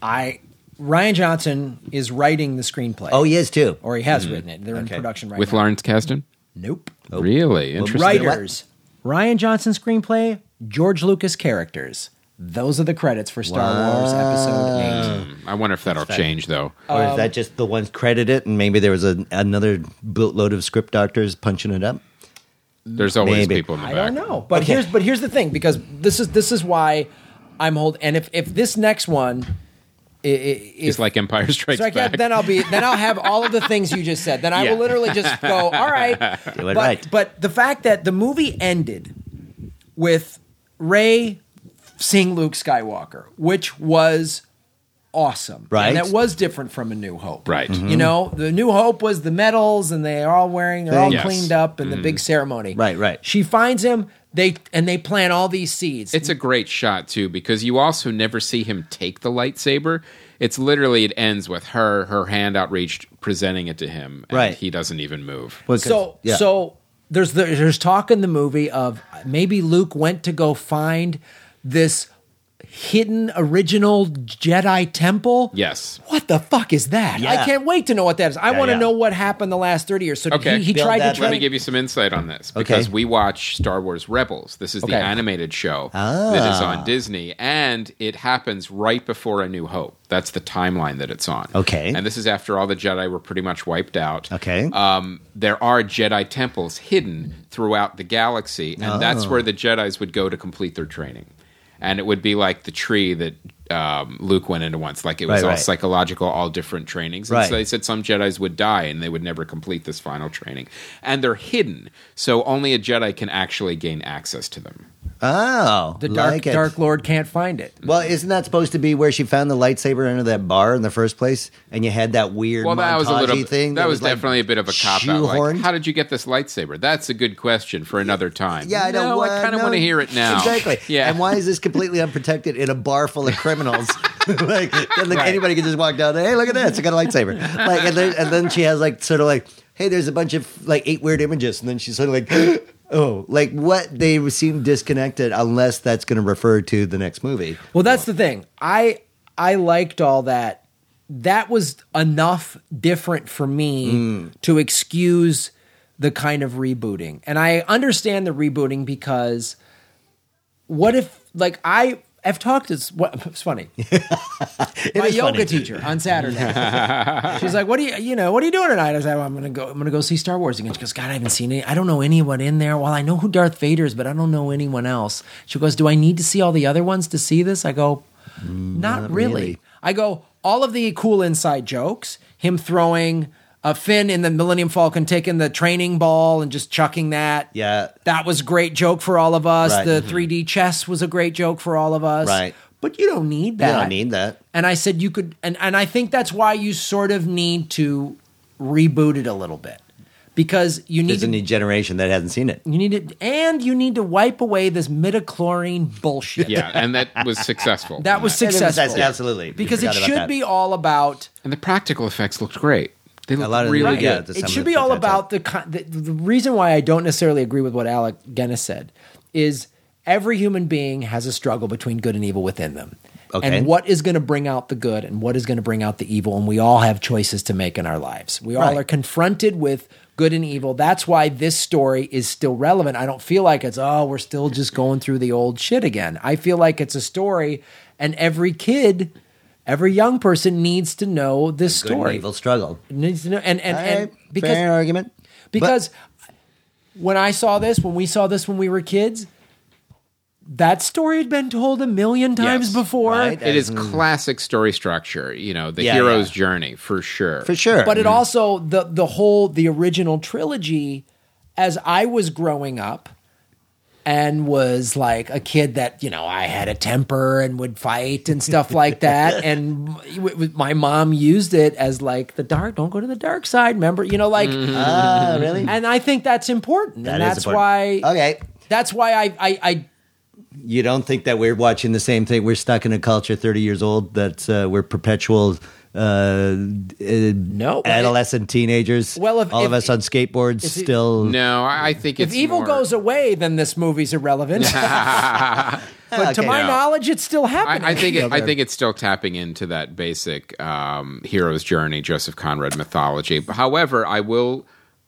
I Ryan Johnson is writing the screenplay.
Oh, he is too.
or he has written it. They're
Okay. Oh.
in production right
with
now.
Lawrence Kasdan.
nope.
Really interesting.
Right.
Writers: Ryan Johnson screenplay, George Lucas characters. Those are the credits for Star Wars Episode Eight.
I wonder if that'll change though.
Or
Um,
is that just the ones credited and maybe there was a, another boatload of script doctors punching it up?
There's always
Maybe.
people in the
I
back.
don't know, but
Okay.
here's but here's the thing because this is this is why I'm hold. And if if this next one, i- i- if,
It's like Empire Strikes
So I
Back.
can, then I'll be then I'll have all of the things you just said. Then I
Yeah.
will literally just
(laughs)
go, all right.
Do
but,
it right.
but the fact that the movie ended with Ray seeing Luke Skywalker, which was awesome.
Right. Mm-hmm.
And that was different from A New Hope.
Right. Mhm.
You know, the New Hope was the medals and they are all wearing, they're all
Yes. Mm.
cleaned up and the big ceremony.
Right, right.
She finds him, they and they plant all these seeds.
It's a great shot too because you also never see him take the lightsaber. It's literally it ends with her her hand outreached presenting it to him and
Right.
he doesn't even move.
Well, 'cause-
So
yeah.
so there's the, there's talk in the movie of maybe Luke went to go find this hidden original Jedi temple.
Yes.
What the fuck is that? I
Yeah.
can't wait to know what that is. I want to
yeah.
know what happened the last 30 years. So did
Okay.
he, he
Build
tried
that
to
Let
train.
me give you some insight on this because
Okay.
we watch Star Wars Rebels. This is the
Okay.
animated show that is
Ah.
on Disney, and it happens right before A New Hope. That's the timeline that it's on.
Okay.
And this is after all the Jedi were pretty much wiped out.
Okay.
Um, there are Jedi temples hidden throughout the galaxy, and that's
Oh.
where the Jedi's would go to complete their training. And it would be like the tree that um, Luke went into once. Like it was
Right,
all
right.
psychological, all different trainings. And
Right.
so they said some Jedi's would die and they would never complete this final training. And they're hidden, so only a Jedi can actually gain access to them.
oh,
the dark
like it.
dark lord can't find it.
Well, isn't that supposed to be where she found the lightsaber under that bar in the first place, and you had that weird
Well, that was a
montage-y
little
thing?
That, was,
like,
definitely a bit of a cop out. Like,
shoehorned?
how did you get this lightsaber? That's a good question for another time.
yeah, I don't.
No,
uh,
I kind of
no,
want to hear it now.
Exactly.
(laughs) Yeah.
And why is this completely unprotected in a bar full of criminals?
(laughs)
(laughs) like, then, like
Right.
anybody could just walk down. Hey, look at this! I got a lightsaber. Like, and then, and then she has like sort of like, hey, there's a bunch of like eight weird images, and then she's sort of like. (gasps) Oh, like what they seem disconnected, unless that's going to refer to the next movie.
Well, that's the thing. I I liked all that. That was enough different for me
Mm.
to excuse the kind of rebooting. And I understand the rebooting because what if like I I've talked to what it's
(laughs)
funny. My
is
yoga
funny.
teacher on Saturday.
(laughs)
She's like, "What are you, you know, what are you doing tonight?" I said, well, "I'm going to go I'm going to go see Star Wars again." She goes, "God, I haven't seen any. I don't know anyone in there. Well, I know who Darth Vader is, but I don't know anyone else." She goes, "Do I need to see all the other ones to see this?" I go, not, really.
Mm, really.
I go, all of the cool inside jokes, him throwing a Finn in the Millennium Falcon, taking the training ball and just chucking that.
Yeah.
That was a great joke for all of us.
Right.
The
Mhm.
3D chess was a great joke for all of us.
Right.
But you don't need
You
that.
don't need that.
And I said, you could, and, and I think that's why you sort of need to reboot it a little bit. because you need
There's
to
a new generation that hasn't seen it.
you need to and you need to wipe away this midichlorine bullshit.
yeah, and that was successful.
That was
That's- that's-
successful.
Absolutely. You
Because it
forgot about
should
that.
be all about
and the practical effects looked great. They looked
lot of them
really
look
good.
good.
it
the sum
should
of
be
the
all
parts
about the, con- the the reason why I don't necessarily agree with what Alec Guinness said is every human being has a struggle between good and evil within them.
Okay.
And what is going to bring out the good and what is going to bring out the evil and we all have choices to make in our lives. We all
Right.
are confronted with good and evil. That's why this story is still relevant. I don't feel like it's oh we're still just going through the old shit again. I feel like it's a story and every kid Every young person needs to know this
Good and
story
evil struggle.
needs to know and and,
All
and
right,
because
fair argument. But-
because when I saw this, when we saw this when we were kids, that story had been told a million times
Yes,
before.
right.
It is
Mm.
classic story structure, you know, the
Yeah,
hero's
yeah.
journey for sure.
for sure.
But it also the the whole the original trilogy as I was growing up and was like a kid that you know I had a temper and would fight and
(laughs)
stuff like that and w- w- my mom used it as like the dark don't go to the dark side remember you know like
Ah, really?
and I think that's important
That
and
is
that's
important.
why
Okay.
That's why I, I, I
You don't think that we're watching the same thing? We're stuck in a culture 30 years old that's uh, we're perpetual uh, uh,
no.
adolescent teenagers.
Well, if-
all of
if-
us on skateboards
if it-
still.
No, I I think
If
it's
evil
more-
goes away, then this
(laughs)
movie's irrelevant. (laughs) but to
Okay.
my
No.
knowledge, it's still happening.
I, I think it, I think it's still tapping into that basic um, hero's journey, Joseph Conrad mythology. However, I will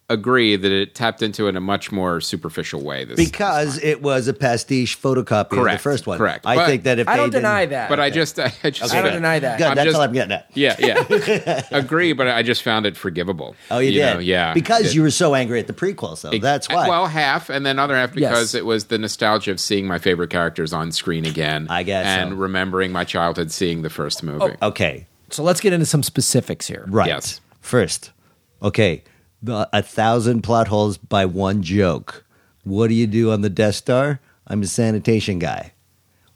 agree that it tapped into it in a much more superficial way. This,
Because it was a pastiche photocopy of the
Correct,
first one.
correct.
I
But-
think that
(laughs)
if
I
they
don't
didn't-
deny that.
but I just, I just,
I don't deny that.
Good,
I'm
that's
just-
all I'm getting at.
Yeah,
(laughs)
yeah, agree. But I just found it forgivable.
Oh, you, did,
know, yeah,
Because
It-
you were so angry at the prequel, so that's why.
Well, half, and then other half because
Yes.
it was the nostalgia of seeing my favorite characters on screen again.
I guess
and
so. Oh,
remembering my childhood, seeing the first movie.
okay,
so let's get into some specifics here.
right.
Yes.
First, okay, the, a thousand plot holes by one joke. What do you do on the Death Star? I'm a sanitation guy.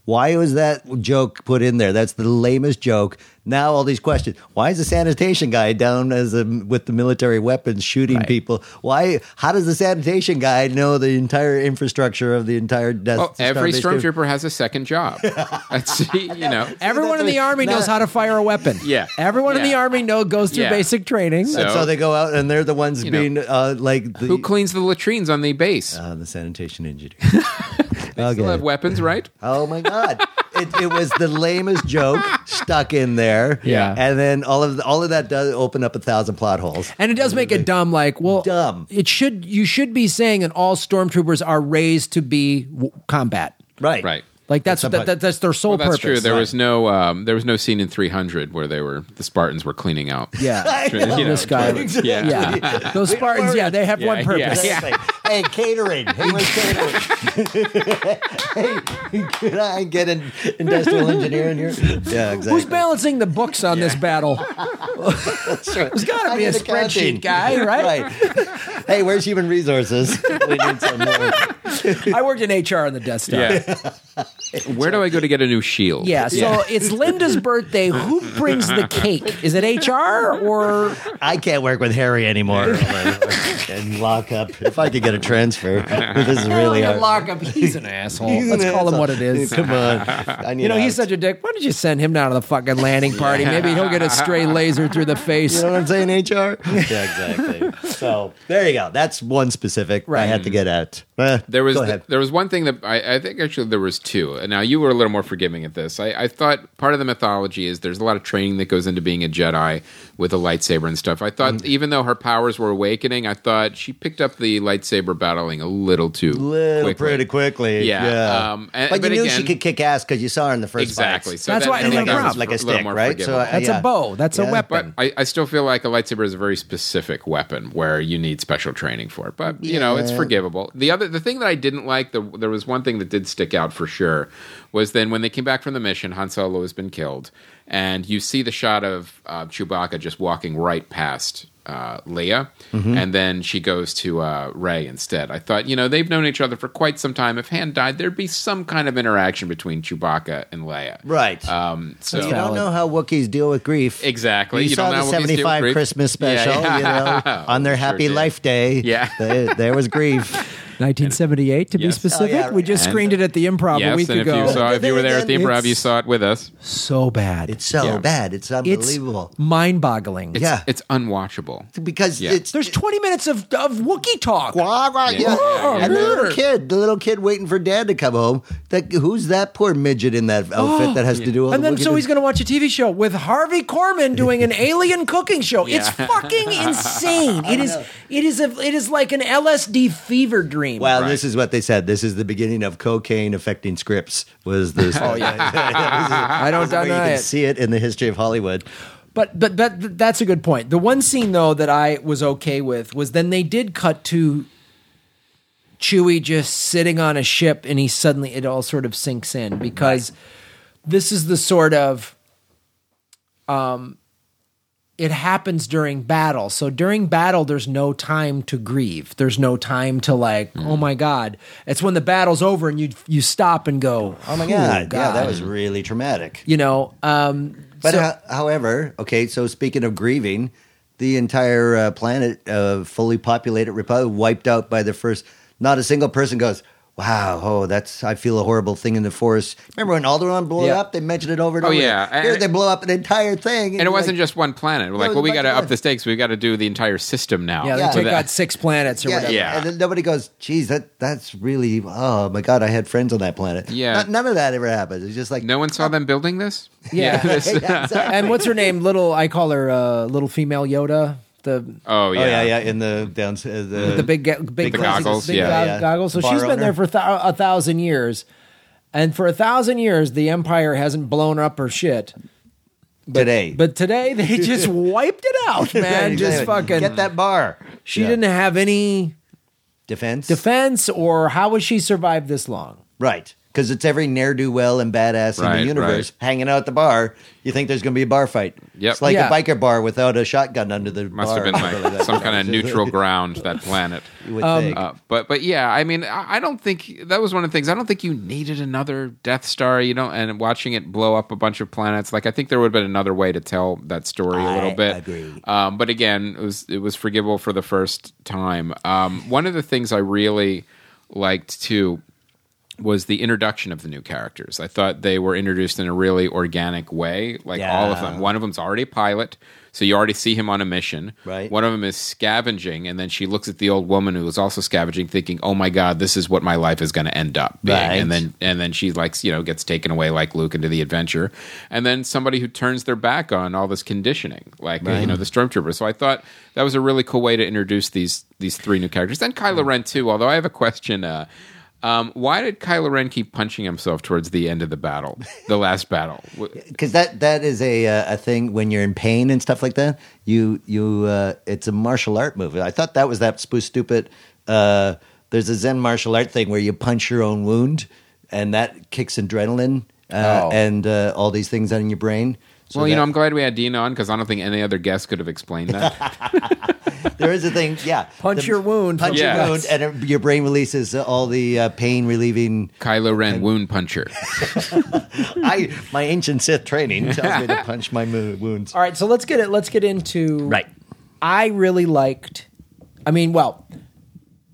Why was that joke put in there? That's the lamest joke. Now all these questions. Why is the sanitation guy down as a, with the military weapons shooting people? Why? How does the sanitation guy know the entire infrastructure of the entire Death
Well,
Star?
every
mission?
stormtrooper has a second
(laughs)
job. That's you know.
Everyone in the army knows how to fire a weapon.
(laughs) Yeah.
Everyone in the
Yeah.
army know goes through
Yeah.
basic training.
So-
And so they go out and they're the ones
know,
being uh, like the,
Who cleans the latrines on the base?
uh, the sanitation engineer. (laughs)
Still have
okay.
weapons, right?
Oh my god. It, it was the lamest joke stuck in there,
Yeah.
And then all of all of that does open up a thousand plot holes.
and it does make it dumb. Like, well,
Dumb.
It should you should be saying that all stormtroopers are raised to be w- combat.
(laughs) Right, (laughs)
Right.
Like that's
That's the
that, that, that's their sole
Well, that's
purpose.
true. There
right.
was no um, there was no scene in 300 where they were the Spartans were cleaning out.
(laughs)
yeah.
I know.
You know,
this guy, (laughs)
exactly.
yeah.
(laughs)
those Spartans, yeah, they have one
yeah.
purpose.
Exactly. Hey, catering. Hey, where's catering? (laughs) hey, could I get an industrial engineer in here? Yeah, exactly.
Who's balancing the books on this
(laughs)
battle?
There's
gotta be a spreadsheet
(laughs)
guy, right?
Hey, where's human
(laughs)
resources? we need some more.
I worked in HR on the Death Star. Yeah.
(laughs)
Yeah. Where do I go to get a new shield?
so it's Linda's birthday. Who brings the cake? Is it HR or
I can't work with
(laughs)
Harry anymore. and lock up. If I could get a transfer, this is really hard. (laughs)
lockup? He's an asshole.
He's an
Let's call him
asshole.
what it is.
Come on. I need
You know, he's
out.
such a dick. Why don't you send him down to the fucking landing party? Maybe he'll get
(laughs)
a stray laser through the face.
(laughs) You know what I'm saying, HR? (laughs) yeah, exactly. So there you go. That's one specific I had to get at. Eh,
There was
go ahead.
there was one thing that I, I think actually there was two. Now you were a little more forgiving at this. I, I thought part of the mythology is there's a lot of training that goes into being a Jedi with a lightsaber and stuff. I thought
Mm-hmm.
even though her powers were awakening, I thought she picked up the lightsaber battling a little too
little
quickly.
pretty quickly.
Yeah,
Yeah.
um, and-
but,
but
you knew
again-
she could kick ass because you saw her in the first
Exactly.
fights.
So
That's
that-
why I
that
didn't
like,
was
problem.
a,
a
like a
little
stick,
more
right?
forgivable.
uh,
That's
yeah.
a bow. That's a
Yeah.
weapon.
But I, I still feel like a lightsaber is a very specific weapon where you need special training for it. But you know, it's forgivable. The other the thing that I didn't like the there was one thing that did stick out for sure was then when they came back from the mission, Han Solo has been killed, and you see the shot of uh, Chewbacca just walking right past uh, Leia, and then she goes to uh, Ray instead. I thought, you know, they've known each other for quite some time. If Han died, there'd be some kind of interaction between Chewbacca and Leia.
Right.
Um, so
you don't know how Wookiees deal with grief.
Exactly.
You,
You
saw
don't know
the
how Wookiees deal with
75
grief.
Christmas special,
Yeah, (laughs)
you
yeah.
know, on their
Sure
happy
did.
life day.
Yeah.
(laughs) They- there was grief.
1978, to be
Yes.
specific.
Oh, yeah,
We just
right.
screened it at the improv
yes,
a week
and
ago.
if you saw if you were there at the
Then
improv, you
it's-
saw it with
(laughs)
us.
so bad.
It's so
Yeah.
bad. It's
it's
unbelievable.
mind boggling.
It's,
Yeah.
it's unwatchable.
because
Yeah.
it's
There's 20 minutes of, of Wookiee talk.
Wah, wah,
Yeah.
yeah.
Yeah,
And the
yeah.
little kid, the little kid waiting for dad to come home. That who's that poor midget in that outfit that
Oh.
has to do all
And
the
then so
wicked-
he's going to watch a TV show with Harvey Korman doing
(laughs)
an alien cooking show. It's fucking insane. It is it is a, it is like an LSD fever dream.
Well,
Right.
this is what they said. This is the beginning of cocaine affecting scripts.
(laughs)
Was (laughs) this? oh
I don't
you
deny
can
it.
see it in the history of Hollywood.
But, but but that's a good point. The one scene though that I was okay with was then they did cut to Chewie just sitting on a ship and he suddenly it all sort of sinks in because this is the sort of um it happens during battle. So during battle there's no time to grieve. There's no time to like,
Mm.
oh my god. It's when the battle's over and you you stop and go,
Oh my
"Phew,
god! Yeah,
God."
that was really traumatic.
you know, um
But
so-
ho- however, okay. So speaking of grieving, the entire uh, planet, uh, fully populated republic, wiped out by the first. Not a single person goes. Wow, oh, that's I feel a horrible thing in the forest. Remember when Alderaan blew
Yeah.
up? They mentioned it over and
Oh,
over.
yeah, and-
here they blow up an entire thing,
And it wasn't just one planet. We're like,
was
well, we
a
got to
bunch of
up the stakes. We got to do the entire system now.
yeah, they
Yeah.
take
With
out
that-
six planets or
yeah,
whatever.
Yeah.
And then nobody goes, geez, that that's really oh my god, I had friends on that planet.
Yeah.
Not- none of that ever happens. It's just like
No one saw them building this.
Yeah.
this-
Yeah, exactly.
and what's her name? Little, I call her uh, little female Yoda. The
oh yeah.
Oh yeah, yeah. In the down uh, the,
the big ga- big, glasses,
goggles,
big
yeah.
gog-
Yeah.
goggles. So
Bar
she's been
owner.
there for thou- a thousand years, and for a thousand years, the Empire hasn't blown up her shit.
today.
But today,
(laughs)
they just wiped it out, man.
Yeah,
Just
(laughs) exactly.
fucking.
get that bar.
She
Yeah.
didn't have any
defense.
defense, or how has she survived this long?
right. Because it's every ne'er do well and badass in
Right,
the universe hanging out at the bar. You think there's going to be a bar fight?
Yep.
It's like
Yeah.
a biker bar without a shotgun under the
Must have
bar.
been like some kind of neutral ground that
(laughs)
planet.
You would
Um,
think.
Uh, but but yeah, I mean, I, I don't think that was one of the things. I don't think you needed another Death Star, you know, and watching it blow up a bunch of planets. Like I think there would have been another way to tell that story a little
I
bit.
agree.
Um, but again, it was it was forgivable for the first time. Um, one of the things I really liked too was the introduction of the new characters. I thought they were introduced in a really organic way, like all of
Yeah.
them. One of them's already a pilot, so you already see him on a mission.
Right.
One of them is scavenging, and then she looks at the old woman who is also scavenging, thinking, "Oh my God, this is what my life is going to end up being."
Right.
And then and then she like you know gets taken away like Luke into the adventure, and then somebody who turns their back on all this conditioning, like you know the stormtrooper. So I thought that was a really cool way to introduce these these three new characters. Then Kylo
Mm-hmm.
Ren too. Although I have a question. Uh, um, why did Kylo Ren keep punching himself towards the end of the battle, the last battle? W-
because that that is a uh, a thing when you're in pain and stuff like that. You you uh, it's a martial art move. I thought that was that spoo stupid. Uh, there's a Zen martial art thing where you punch your own wound, and that kicks adrenaline uh,
Oh.
and uh, all these things out in your brain. So
Well, you know,
that-
I'm glad we had Dean on because I don't think any other guest could have explained that.
(laughs) there is a thing. Yeah,
Punch your wound.
punch
Yeah.
your wound, and it, your brain releases all the uh, pain relieving.
Kylo Ren wound puncher.
I my ancient Sith training tells me to punch my mo- wounds.
All right, so let's get it. Let's get into
Right.
I really liked. I mean, well,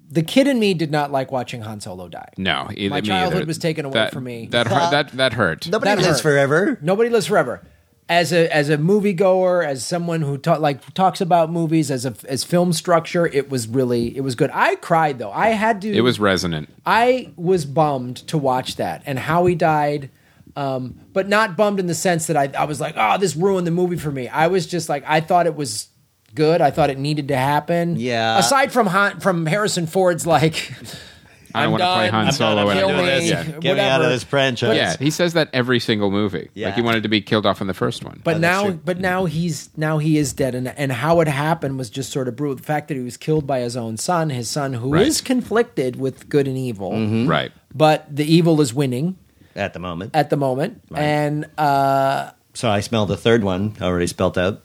the kid in me did not like watching Han Solo die.
No, either
My
me
childhood
either.
was taken away
That-
from me.
That hurt. That that hurt.
Nobody
That
lives
hurt.
forever.
Nobody lives forever. As a as a moviegoer, as someone who ta- like talks about movies, as a as film structure, it was really it was good. I cried though. I had to.
It was resonant.
I was bummed to watch that and how he died, um, but not bummed in the sense that I, I was like, oh, this ruined the movie for me. I was just like, I thought it was good. I thought it needed to happen.
Yeah.
Aside from Han, from Harrison Ford's like,
I don't
I'm
want to play
done.
Han
I'm done.
Solo
I'm
anymore.
doing this.
Yeah.
Get me out
Whatever.
of this franchise.
Yeah, he says that every single movie.
Yeah.
Like he wanted to be killed off in the first one.
But
Oh, that's
now,
true.
but now he's now he is dead, and and how it happened was just sort of brutal. The fact that he was killed by his own son, his son who is
Right. Mm-hmm.
conflicted with good and evil,
right.
but the evil is winning
At the moment.
at the moment, and uh, (laughs)
So I smell the third one already spelt out.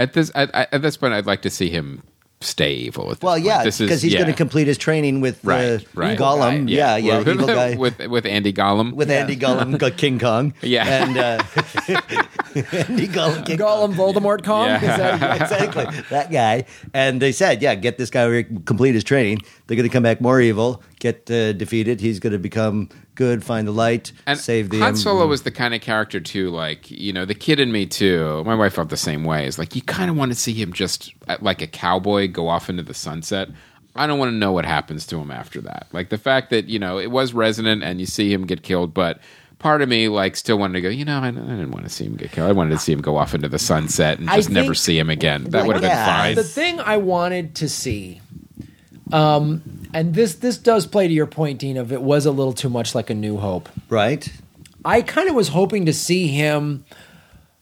At this at, at at this point, I'd like to see him stay evil. At this
Well,
point.
yeah,
This
because
is-
he's
yeah.
going to complete his training with uh,
Right, right.
Gollum. Yeah, yeah,
with, (laughs)
evil guy with,
with with Andy Gollum.
Andy Gollum, got King Kong.
(laughs) Yeah.
and uh, (laughs) Andy Gollum, King Kong.
Gollum Voldemort Kong.
Yeah.
Is that-
(laughs) exactly that guy. And they said, yeah, get this guy over here, complete his training. They're going to come back more evil, get uh, defeated. He's going to become good, find the light,
and
save the. um,
Han Solo was the kind of character too, like you know, the kid in me too. My wife felt the same way. Is like you kind of want to see him just uh, like a cowboy go off into the sunset. I don't want to know what happens to him after that. Like the fact that you know it was resonant, and you see him get killed, but. Part of me like still wanted to go. You know, I, I didn't want to see him get killed. I wanted to see him go off into the sunset and
I
just never
think-
see him again. That
Well,
would have (laughs)
yeah.
been
the
fine.
thing I wanted to see, um, and this this does play to your point, Dean, of it was a little too much like a New Hope.
right.
I kind of was hoping to see him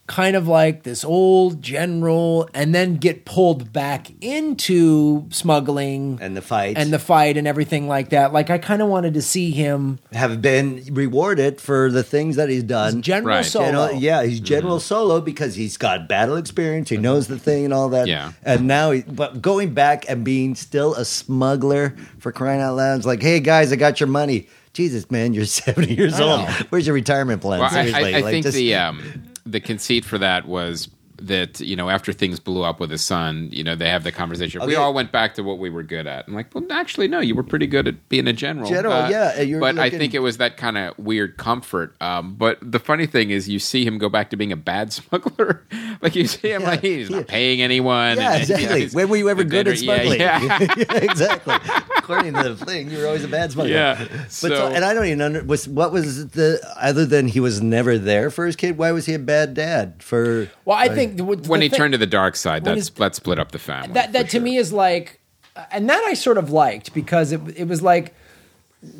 kind of like this old general and then get pulled back into smuggling
And the fight,
and the fight and everything like that. Like I kind of wanted to see him
have been rewarded for the things that he's done.
general
Right.
solo.
General- yeah, he's
Mm.
General Solo because he's got battle experience. He knows the thing and all that.
Yeah.
And now, he, but going back and being still a smuggler for crying out loud, it's like, hey guys, I got your money. Jesus, man, you're (laughs) 70 years old. Where's your retirement plan?
Well, I,
Seriously.
I, I
like,
think
just- (laughs)
the um, the conceit for that was that you know after things blew up with his son, you know they have the conversation. we
yeah.
all went back to what we were good at, and like, well, actually, no, you were pretty good at being a general. Uh,
General, yeah, and you're
but I
looking-
think it was that kind of weird comfort. Um, but the funny thing is, you see him go back to being a bad (laughs) smuggler. like you see him, like he's not paying anyone.
Yeah,
and- and, you know,
exactly.
he's-
when were you ever
the
good at
veteran-
smuggling? (laughs)
Yeah, yeah. (laughs)
exactly. According to the thing, you were always a bad smuggler.
Yeah,
But
so-
so, and I don't even under was what was the other than he was never there for his kid. Why was he a bad dad for?
Well, I think the,
when
the
he
thing-
turned to the dark side,
When
that's
his-
that split up the family.
that that
for
to
sure.
me is like and that I sort of liked because it it was like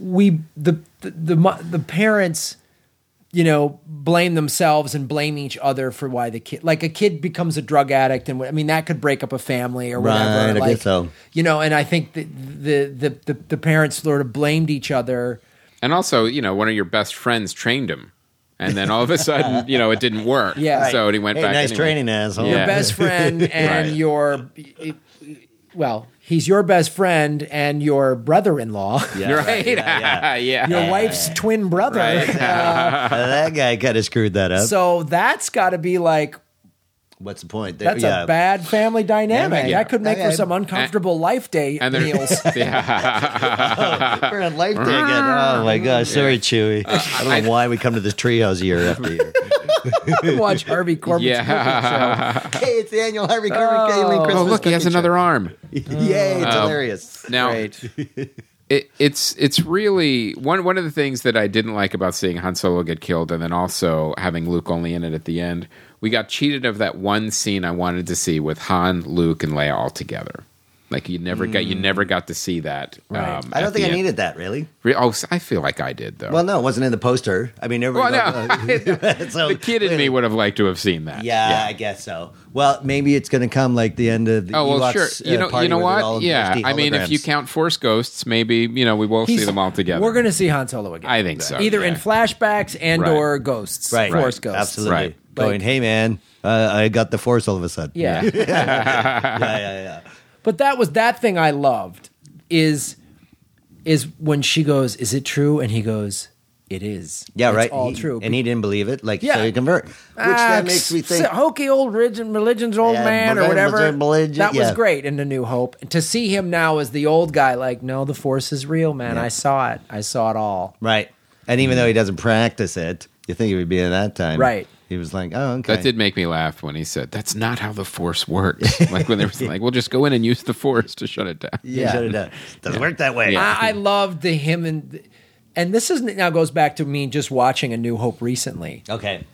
we the the the, mo- the parents you know blame themselves and blame each other for why the kid like a kid becomes a drug addict and wh- I mean that could break up a family or whatever
Right, I guess
like
so.
you know and I think that the the the, the parents sort of blamed each other
And also, you know, one of your best friends trained him. And then all of a
(laughs)
sudden, you know, it didn't work.
Yeah.
So he went
Hey,
back.
nice
anyway.
training, asshole.
Yeah.
your best
(laughs)
friend and
Right.
your well he's your best friend and your brother-in-law (laughs)
Yeah,
You're
right,
right. (laughs)
yeah, yeah.
Yeah. (laughs)
your wife's twin brother (laughs)
Right.
Uh, (laughs) that guy kind of screwed that up.
So that's got to be like
What's the point?
that's
Yeah.
a
(laughs)
bad family dynamic.
Yeah.
That could make
Yeah.
for some uncomfortable life day
And
meals. (laughs)
there's, (laughs) yeah.
We're on life
(laughs)
day again. Oh my gosh, sorry, Chewy.
Uh,
I don't know why we come to this treehouse year after
(laughs)
year.
Watch Harvey Corben's
yeah.
hey, it's the annual Harvey Kirby Gailey Christmas.
Oh, look, he has
cooking
another arm.
show. (laughs) Yay, it's hilarious.
Now, it, it's it's really one one of the things that I didn't like about seeing Han Solo get killed, and then also having Luke only in it at the end. We got cheated of that one scene I wanted to see with Han, Luke, and Leia all together. Like you never got you never got to see that.
Right.
um,
Mm. I
at the
don't think I
end.
needed that really.
Re- Oh, s- I feel like I did though.
Well, no, it wasn't in the poster. I mean,
Well,
everybody.
(laughs) no.
(laughs) So-
the kid in me would have liked to have seen that.
Yeah, I guess so. Well, maybe it's going to come like the end of the
Oh well,
Ewoks,
sure. You
uh,
know,
party
you know
where they're all
what? Yeah,
HD
I mean, if you
holograms.
count Force Ghosts, maybe you know we won't (laughs) see
He's-
them all together.
We're gonna see Han Solo again.
I think so.
Either in
yeah.
flashbacks and
Right.
or ghosts,
right,
force
right,
ghosts.
absolutely,
Right.
going,
Like-
hey man, uh, I got the force all of a sudden.
Yeah.
yeah, yeah, yeah.
(laughs) but that was that thing I loved is is when she goes, "Is it true?" and he goes, "It is."
Yeah,
It's
right.
All
He-
true.
And he didn't believe it. Like, so
Yeah.
you convert. Which
Ah,
that makes me think.
s- hokey old religion, religion's old
Yeah,
man or
religion-
whatever.
religion,
that
yeah.
was great in the New Hope. And to see him now as the old guy, like, no, the Force is real, man. I saw it. I saw it all.
Right. And even though he doesn't practice it, you think he would be in that time.
Right.
He was like, oh, okay.
That did make me laugh when he said, "That's not how the Force works." (laughs) like when they were like, "We'll just go in and use the Force to shut it down."
He shut it down. Doesn't work that way.
Yeah.
I, I loved the him and and this is now goes back to me just watching A New Hope recently.
Okay.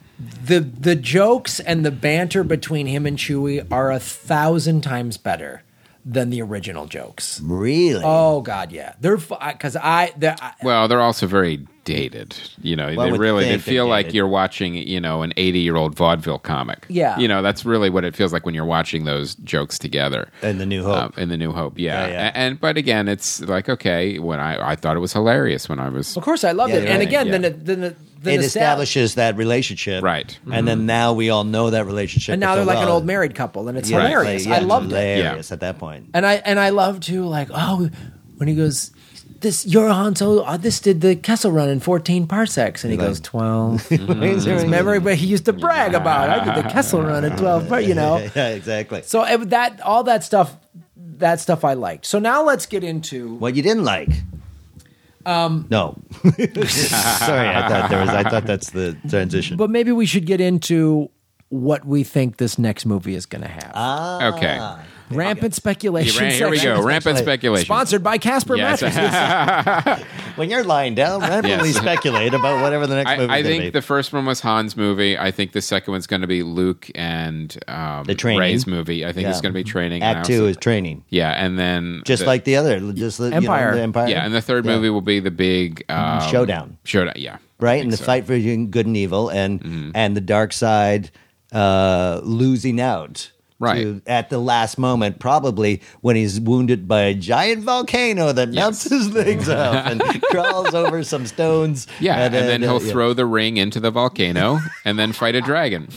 The the jokes and the banter between him and Chewie are a thousand times better than the original jokes.
Really?
Oh God, yeah, they're because I, they're, I
Well, they're also very dated. You know,
One
they
would
really they
think they're
feel like
dated.
you're watching, you know, an 80 year old vaudeville comic.
Yeah.
you know, that's really what it feels like when you're watching those jokes together.
And The New Hope.
Um, in the New Hope, yeah.
Yeah, yeah.
A- And but again, it's like okay, when I I thought it was hilarious when I was
of course I loved
Yeah,
it.
you're
And
right,
again,
yeah.
then it, then it, then
it
the stab-
establishes that relationship,
Right.
And then now we all know that relationship.
and now
so
they're like an
well.
old married couple, and it's
Yeah,
hilarious.
yeah,
I loved it.
hilarious at that point.
And I and I love too, like oh, when he goes, this your Han Solo. Uh, this did the Kessel Run in fourteen parsecs, and he
Like-
goes
(laughs)
twelve. His memory, but he used to brag about I did the Kessel Run in twelve, but you know.
(laughs) yeah, exactly.
So it, that all that stuff, that stuff I liked. So now let's get into
What you didn't like? Um, no. (laughs) Sorry, I thought there was. I thought that's the transition.
But maybe we should get into what we think this next movie is going to have.
Uh,
okay.
Rampant speculation.
Yeah, right, here we
section.
go. Rampant speculation.
Sponsored by Casper
Yes.
Mattress.
when you're
(laughs)
lying down, randomly
Yes.
speculate about whatever the next movie.
I, I think
be.
the first one was Han's movie. I think the second one's going to be Luke and um,
The training.
Ray's movie. I think it's
Yeah.
going to be training. and I
Act two
also-
is training,
yeah, and then
just
the-
like the other, just the, you know,
Empire.
the Empire.
yeah, and the third
Yeah.
movie will be the big um,
Showdown.
Showdown, yeah, I
right?
think
And the
so. Mm-hmm.
fight for good and evil, and and the dark side uh, losing out.
Right.
to- at the last moment, probably when he's wounded by a giant volcano that melts his legs
(laughs)
off and crawls over some stones.
Yeah, and, then he'll
uh, yeah.
throw the ring into the
(laughs)
volcano and then fight a dragon.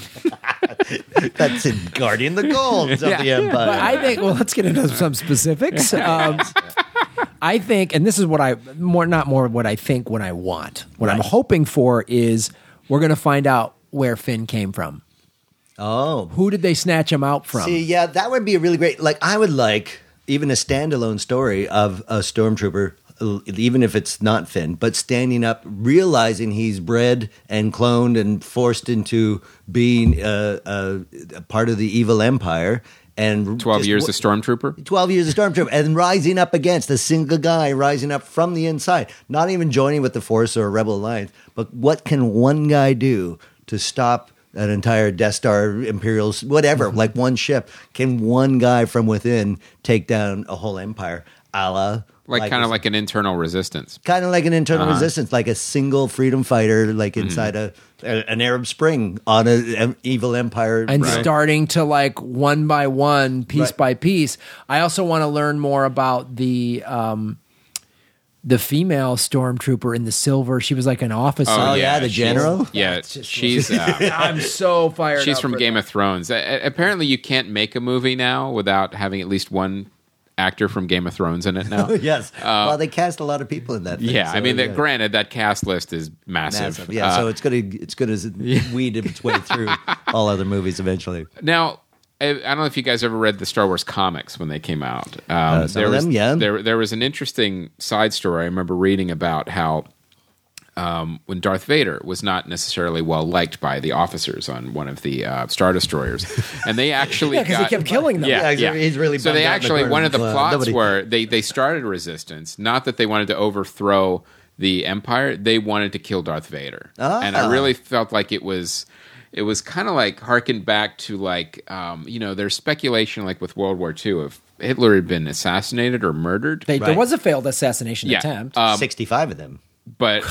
That's in Guardian the
(laughs)
Gold of the um, Empire.
But I think. Well, let's get
(laughs)
into some specifics. Um, I think, and this is what I more not more what I think, what I want, what I'm hoping for is we're going to find out where Finn came from.
oh,
Who did they snatch him out from?
See, yeah, that would be really great. Like, I would like even a standalone story of a stormtrooper, l- even if it's not Finn, but standing up, realizing he's bred and cloned and forced into being uh, uh, a part of the evil empire. And
Twelve
just
years
wa-
a stormtrooper.
12 years of stormtrooper and rising up against a single guy rising up from the inside not even joining with the force or a rebel alliance but what can one guy do to stop an entire death star imperials whatever
Mm-hmm.
like one ship can one guy from within take down a whole empire a la
Like, kind of like Uh-huh. an internal resistance.
kind of like an internal resistance like a single freedom fighter like
Mm-hmm.
inside a, a an arab spring on an evil empire
and
Right.
starting to like one by one, piece
Right.
by piece. I also want to learn more about the um, the female stormtrooper in the silver. She was like an officer.
Oh, yeah, the
she's-
general?
Yeah,
That's just-
she's uh,
I'm so fired.
she's
up
from
for
Game
that.
of Thrones. A- a- apparently, you can't make a movie now without having at least one actor from Game of Thrones in it
(laughs)
now.
(laughs) yes well they cast a lot of people in that thing,
Uh, Yeah, I
so,
mean, that,
yeah.
granted, that cast list is massive.
Massive. Yeah,
Uh,
so it's gonna it's gonna
(laughs)
weed its way through all other movies eventually.
now, I, I don't know if you guys ever read the Star Wars comics when they came out. Um,
Uh, some of
was,
them, yeah.
There, there was an interesting side story I remember reading about how um, when Darth Vader was not necessarily well liked by the officers on one of the uh, Star Destroyers, and
(laughs)
they actually
Yeah, because he
got-
kept killing them.
Yeah,
Yeah, he's-
yeah.
he's really
So
bummed
they
out in the
actually
corner
one of
and
the
so
plots
nobody-
where they they started resistance, not that they wanted to overthrow the empire, they wanted to kill Darth Vader. And
Ah.
I really felt like it was it was kind of like harkened back to like um, you know there's speculation like with World War II if Hitler had been assassinated or murdered.
They, There
Right. Uh,
was a failed assassination
yeah,
attempt.
um,
Sixty five of them. (laughs)
but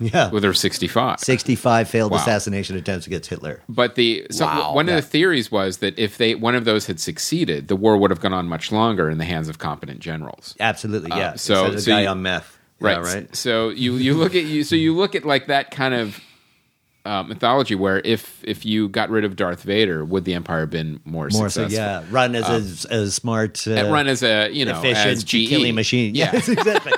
Yeah,
well, there were 65.
sixty five failed
Wow.
assassination attempts against Hitler.
But the so
Wow.
one of the theories was that if they one of those had succeeded, the war would have gone on much longer in the hands of competent generals.
Absolutely, yeah.
Uh, so-
Instead of the
so
guy
you-
on meth.
right
Yeah, right.
so you you look at you so you look at like that kind of uh, mythology where if if you got rid of darth vader would the empire have been more,
More so,
successful Uh,
yeah. Run as a, as smart, uh,
and run as a you know
efficient
as GE.
killing machine. (laughs)
yeah
Yes, exactly.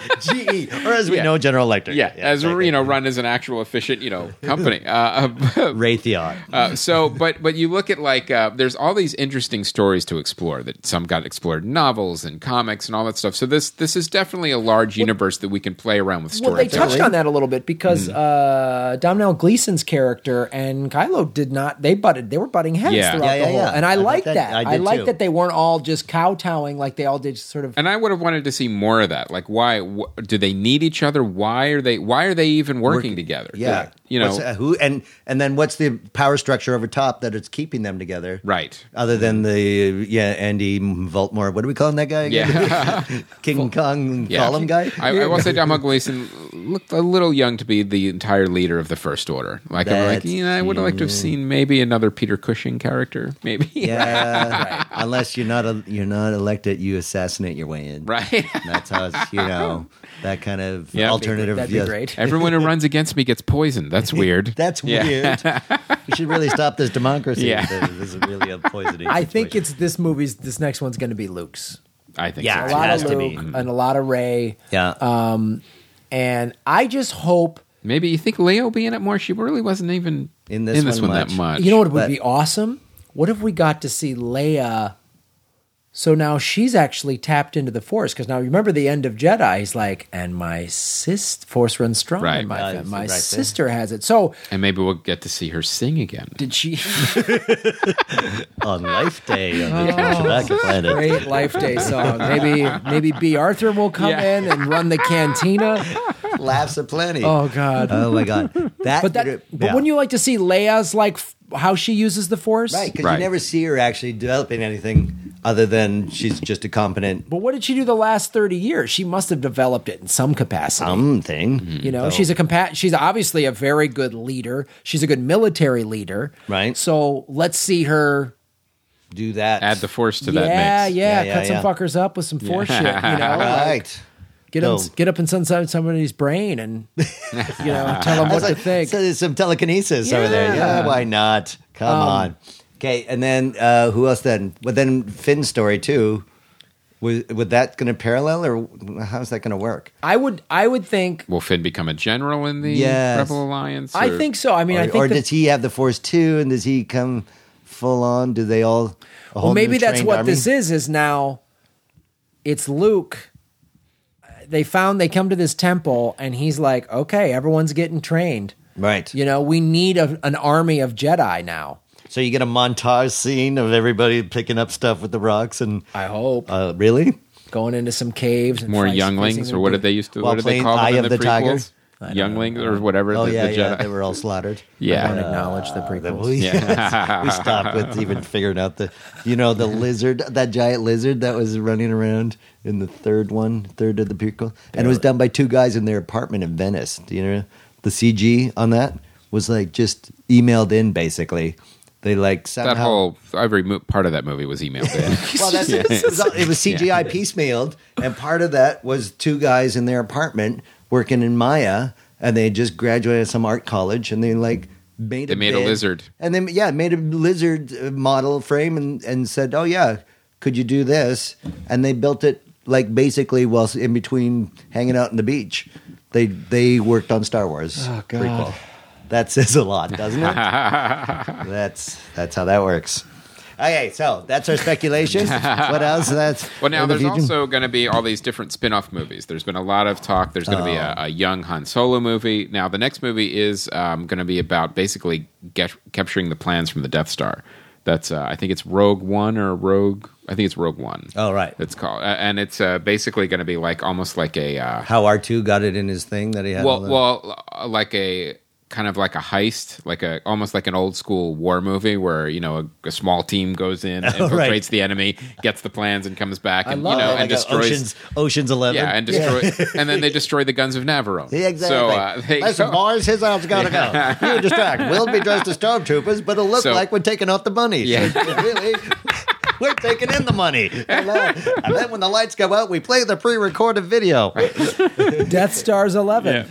GE, or as we
Yeah.
know, General Electric.
yeah, as
exactly.
you know run as an actual efficient you
(laughs)
know company uh, (laughs)
Raytheon.
Uh, so, but but you look at like uh, there's all these interesting stories to explore that some got explored in novels and comics and all that stuff. So this this is definitely a large universe that we can play around with
well, they
stories.
Hmm.
touched on that a little bit because uh, Domhnall Gleeson's character and Kylo did not. They butted. They were butting heads
Yeah.
throughout
Yeah, yeah,
the whole.
yeah.
And I,
I thought
like that.
that- I
I,
did
like
too.
that they weren't all just kowtowing like they all did. just Sort of.
And I would have wanted to see more of that. Like, why wh- do they need each other? Why are they? Why are they even working, together?
Yeah,
you know,
What's- uh, who and and then what's the power structure over top that it's keeping them together?
right?
Other than the yeah Andy Voltmore, what are we calling that guy? again?
Yeah.
(laughs) King Kong
Yeah.
column guy.
I, I will say, Domhnall Gleeson looked a little young to be the entire leader of the First Order. Like, I'm like,
That's-
yeah, I would have liked to have seen maybe another Peter Cushing character, maybe.
yeah, unless you're not a, you're not elected, you assassinate your way
(laughs)
in.
right.
That's how it's, you know that kind of
Yeah.
alternative.
That'd
yeah.
be
(laughs)
great.
Everyone who runs against me gets poisoned. That's weird.
That's weird. we should really stop this democracy.
Yeah.
This this is really a poisoning.
I think
situation.
it's this movie's. This next one's going to be Luke's.
I think.
Yeah,
A
It
so.
lot
has
of
to
Luke
be.
and a lot of Ray.
yeah.
uh, And I just hope.
Maybe you think Leo being at more. She really wasn't even
In this one
that much.
much.
You know what would
But-
be awesome? What if we got to see Leia? So now she's actually tapped into the Force because now remember the end of Jedi. He's like, and my sis Force runs strong.
Right.
in my,
Yeah,
fam- my
right there.
sister has it. So
and maybe we'll get to see her sing again.
did she?
on Life Day on the Transatlantic
(laughs)
Planet.
Oh, Great Life (laughs) Day song. Maybe maybe B Arthur will come
Yeah.
in and run the
(laughs)
cantina.
Laughs aplenty.
Oh God.
Oh my god. That
but that. But wouldn't you like to see Leia's like f- how she uses the Force?
Right, because
Right.
you never see her actually developing anything other than she's just a competent
But what did she do the last thirty years? She must have developed it in some
Um,
capacity.
something.
Mm-hmm.
You know, she's a compat. She's obviously a very good leader. She's a good military leader.
Right.
So let's see her.
Do that.
Add the force to
yeah,
that mix.
yeah,
Yeah, yeah,
Cut some
yeah.
fuckers up with some force shit. You
(laughs)
know, like,
Right.
get 'em-
No.
get up inside somebody's brain and you
(laughs)
know tell them what
That's
to
like-
think.
So there's some telekinesis over there.
Yeah. Um,
Yeah, why not? Come on. Okay, and then uh, who else then? Well, then Finn's story too. Was, was that going to parallel, or how's that going to work?
I would, I would think.
Will Finn become a general in the
Yes.
Rebel Alliance?
I
or-
think so. I mean,
or
I think
or
the-
does he have the force too? And does he come full on? Do they all? a
well,
whole new
maybe that's
trained
what
army?
this is. Is now it's Luke. They found they come to this temple, and he's like, "Okay, everyone's getting trained.
right?
You know, we need a, an army of Jedi now."
So you get a montage scene of everybody picking up stuff with the rocks and
I hope
uh, really
going into some caves and
more
fights-
younglings,
facing
or what
them.
did they used to?
While
what did they
playing
call
Eye
them in
of
the,
the Tiger?
prequels? Younglings or whatever.
Oh
the,
yeah,
the
yeah,
Jedi.
they were all slaughtered.
I don't
(laughs) yeah.
acknowledge the prequels.
Ah, We,
Yeah.
(laughs) we stopped with even figuring out the, you know, the lizard, that giant lizard that was running around in the third one, third of the prequel, and it was done by two guys in their apartment in Venice. Do you know the CG on that was like just emailed in basically? They like somehow
That whole every mo- part of that movie was emailed
(laughs)
in.
well, that's it. It was, all- it was CGI piecemealed, and part of that was two guys in their apartment working in Maya, and they had just graduated some art college, and they like made
They
a
made a
bed.
lizard.
and then yeah, made a lizard uh, model frame, and and said, oh yeah, could you do this? And they built it like basically while s- in between hanging out on the beach. They they worked on Star Wars prequel. That says a lot,
(laughs)
doesn't it? That's that's how that works. Okay, so that's
(laughs)
our speculation. what else? That's
Well, now
in the
there's
future?
also going to be all these different spin off movies. There's been a lot of talk. There's going to be a,
Oh.
a young Han Solo movie. Now, the next movie is um, going to be about basically get, capturing the plans from the Death Star. That's, uh, I think it's Rogue One or Rogue. I think it's Rogue One.
Oh, right.
It's called. Uh, and it's uh, basically going to be like almost like a. Uh,
how R two got it in his thing that he had.
well,
all the-
well, uh, like a kind of like a heist, like a almost like an old school war movie where you know a, a small team goes
(laughs)
in, infiltrates
Oh, right.
the enemy, gets the plans, and comes back, and
love
you know, and
it,
like a
destroys.
Ocean's Ocean's Eleven.
Yeah, and destroy, (laughs) and then they destroy the guns of Navarone.
(laughs) Yeah, exactly.
So, uh, there you
Listen,
go.
boys, his house got to go. (laughs) You're distracted. We'll be dressed as stormtroopers, but it'll look
So-
like we're taking off the money.
Yeah.
So, really, we're taking in
(laughs)
the money. Hello. And then when the lights go out, we play the pre-recorded video.
Death Star's eleven.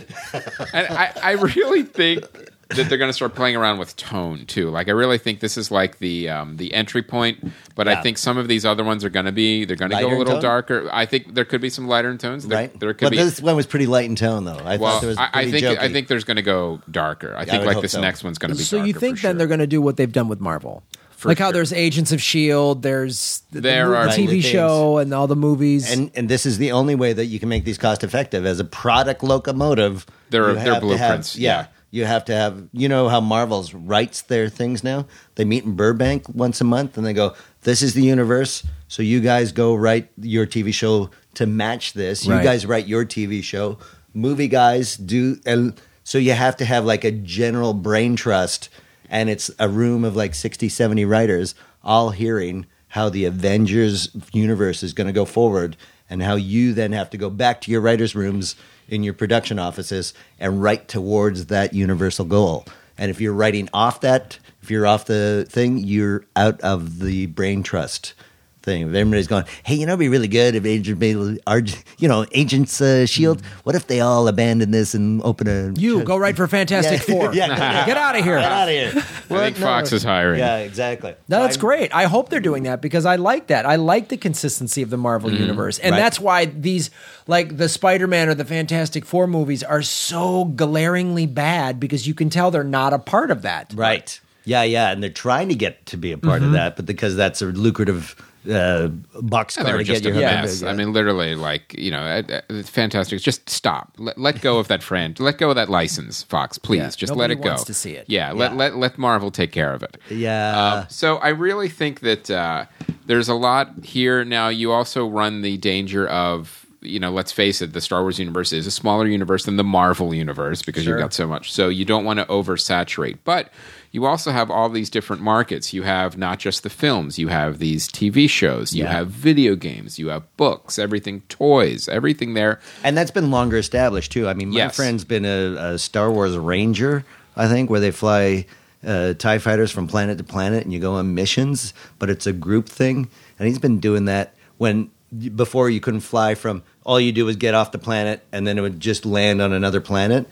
and I, I really think that they're going to start playing around with tone too. Like I really think this is like the um, the entry point, but I
Yeah.
think some of these other ones are going to be they're going to
Lighter
go a
in
little
tone?
darker. I think there could be some lighter in tones. There,
right?
there could
but
be.
this one was pretty light in tone, though. I thought
well,
there was
I, I
pretty
think I
jokey.
think there's going to go darker. I think
would
like
hope
this
so.
next one's going to be.
So you
darker for
think then
sure.
they're going to do what they've done with Marvel? like how
sure.
there's Agents of Shield, E there's the, the
There
movie-
are-
TV
Right.
show and all the movies.
and and this is the only way that you can make these cost effective as a product locomotive.
They're- they're
you have to have-
blueprints, yeah.
yeah. You have to have, you know, how Marvel's writes their things now? They meet in Burbank once a month and they go, This is the universe. So you guys go write your TV show to match this.
Right.
You guys write your TV show. Movie guys do. And so you have to have like a general brain trust. And it's a room of like 60, 70 writers all hearing how the Avengers universe is going to go forward and how you then have to go back to your writers' rooms in your production offices and write towards that universal goal. And if you're writing off that, if you're off the thing, you're out of the brain trust thing. If everybody's going, hey, you know, it'd be really good if Agent, Bailey- Arg- you know, Agents uh, Shield. What if they all abandon this and open a
(laughs)
You go right for Fantastic
Yeah.
Four.
(laughs) Yeah, no, no.
Get out of here.
Get out of here.
I think Fox is hiring.
yeah, exactly.
No, that's
I'm-
great. I hope they're doing that because I like that. I like the consistency of the Marvel universe. And
Right.
that's why these like the Spider-Man or the Fantastic 4 movies are so glaringly bad because you can tell they're not a part of that.
Right. Yeah, yeah, and they're trying to get to be a part of that, but because that's a lucrative uh, box
Yeah,
car
they were
to
just
get
a
your hook
Yeah.
mess.
into,
I mean, literally, like you know, uh, uh, it's fantastic. Just stop. Let, let go of that friend. Let go of that license, Fox. Please,
Yeah,
just let
nobody
it go.
wants to see it.
Yeah, Let,
Yeah.
let let Marvel take care of it.
Yeah.
Um, so I really think that uh, there's a lot here now. You also run the danger of you know, let's face it, the Star Wars universe is a smaller universe than the Marvel universe because you've got so much. So you don't want to oversaturate, but you also have all these different markets. You have not just the films, you have these TV shows, you have video games, you have books, everything, toys, everything there.
and that's been longer established too. I mean, my
Yes.
friend's been a, a Star Wars Ranger, I think, where they fly uh, Tie fighters from planet to planet, and you go on missions, but it's a group thing. And he's been doing that when before you couldn't fly from all you do was get off the planet, and then it would just land on another planet,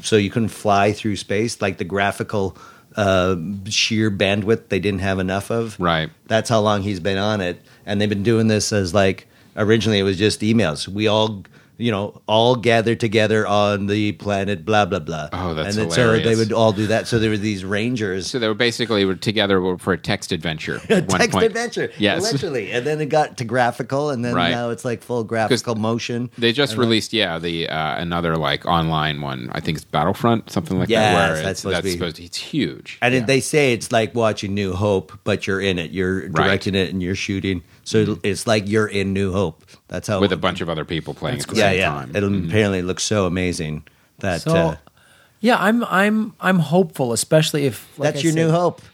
so you couldn't fly through space like the graphical uh, sheer bandwidth they didn't have enough of.
Right.
That's how long he's been on it, and they've been doing this as like originally it was just emails. We all, you know, all gathered together on the planet, blah blah blah.
Oh, that's
and then,
hilarious.
So they would all do that. So there were these rangers. (laughs)
So they were basically were together for a text adventure. at one
Text
point.
adventure,
Yes.
literally, and then it got to graphical, and then
Right.
now it's like full graphical motion.
They just released, yeah, the uh, another like online one. I think it's Battlefront, something like
Yes,
that. Where
that's
it's,
supposed to
that's
be-
supposed to, it's huge.
And it they say it's like watching New Hope, but you're in it. You're directing it and you're shooting. So it's like you're in New Hope. That's how
Mm-hmm. with a bunch of other people playing at the
yeah,
same
yeah.
time. Mm-hmm.
It'll apparently look so amazing that
So
uh,
yeah, I'm I'm I'm hopeful, especially if like
that's
I
your
said-
new hope.
(laughs)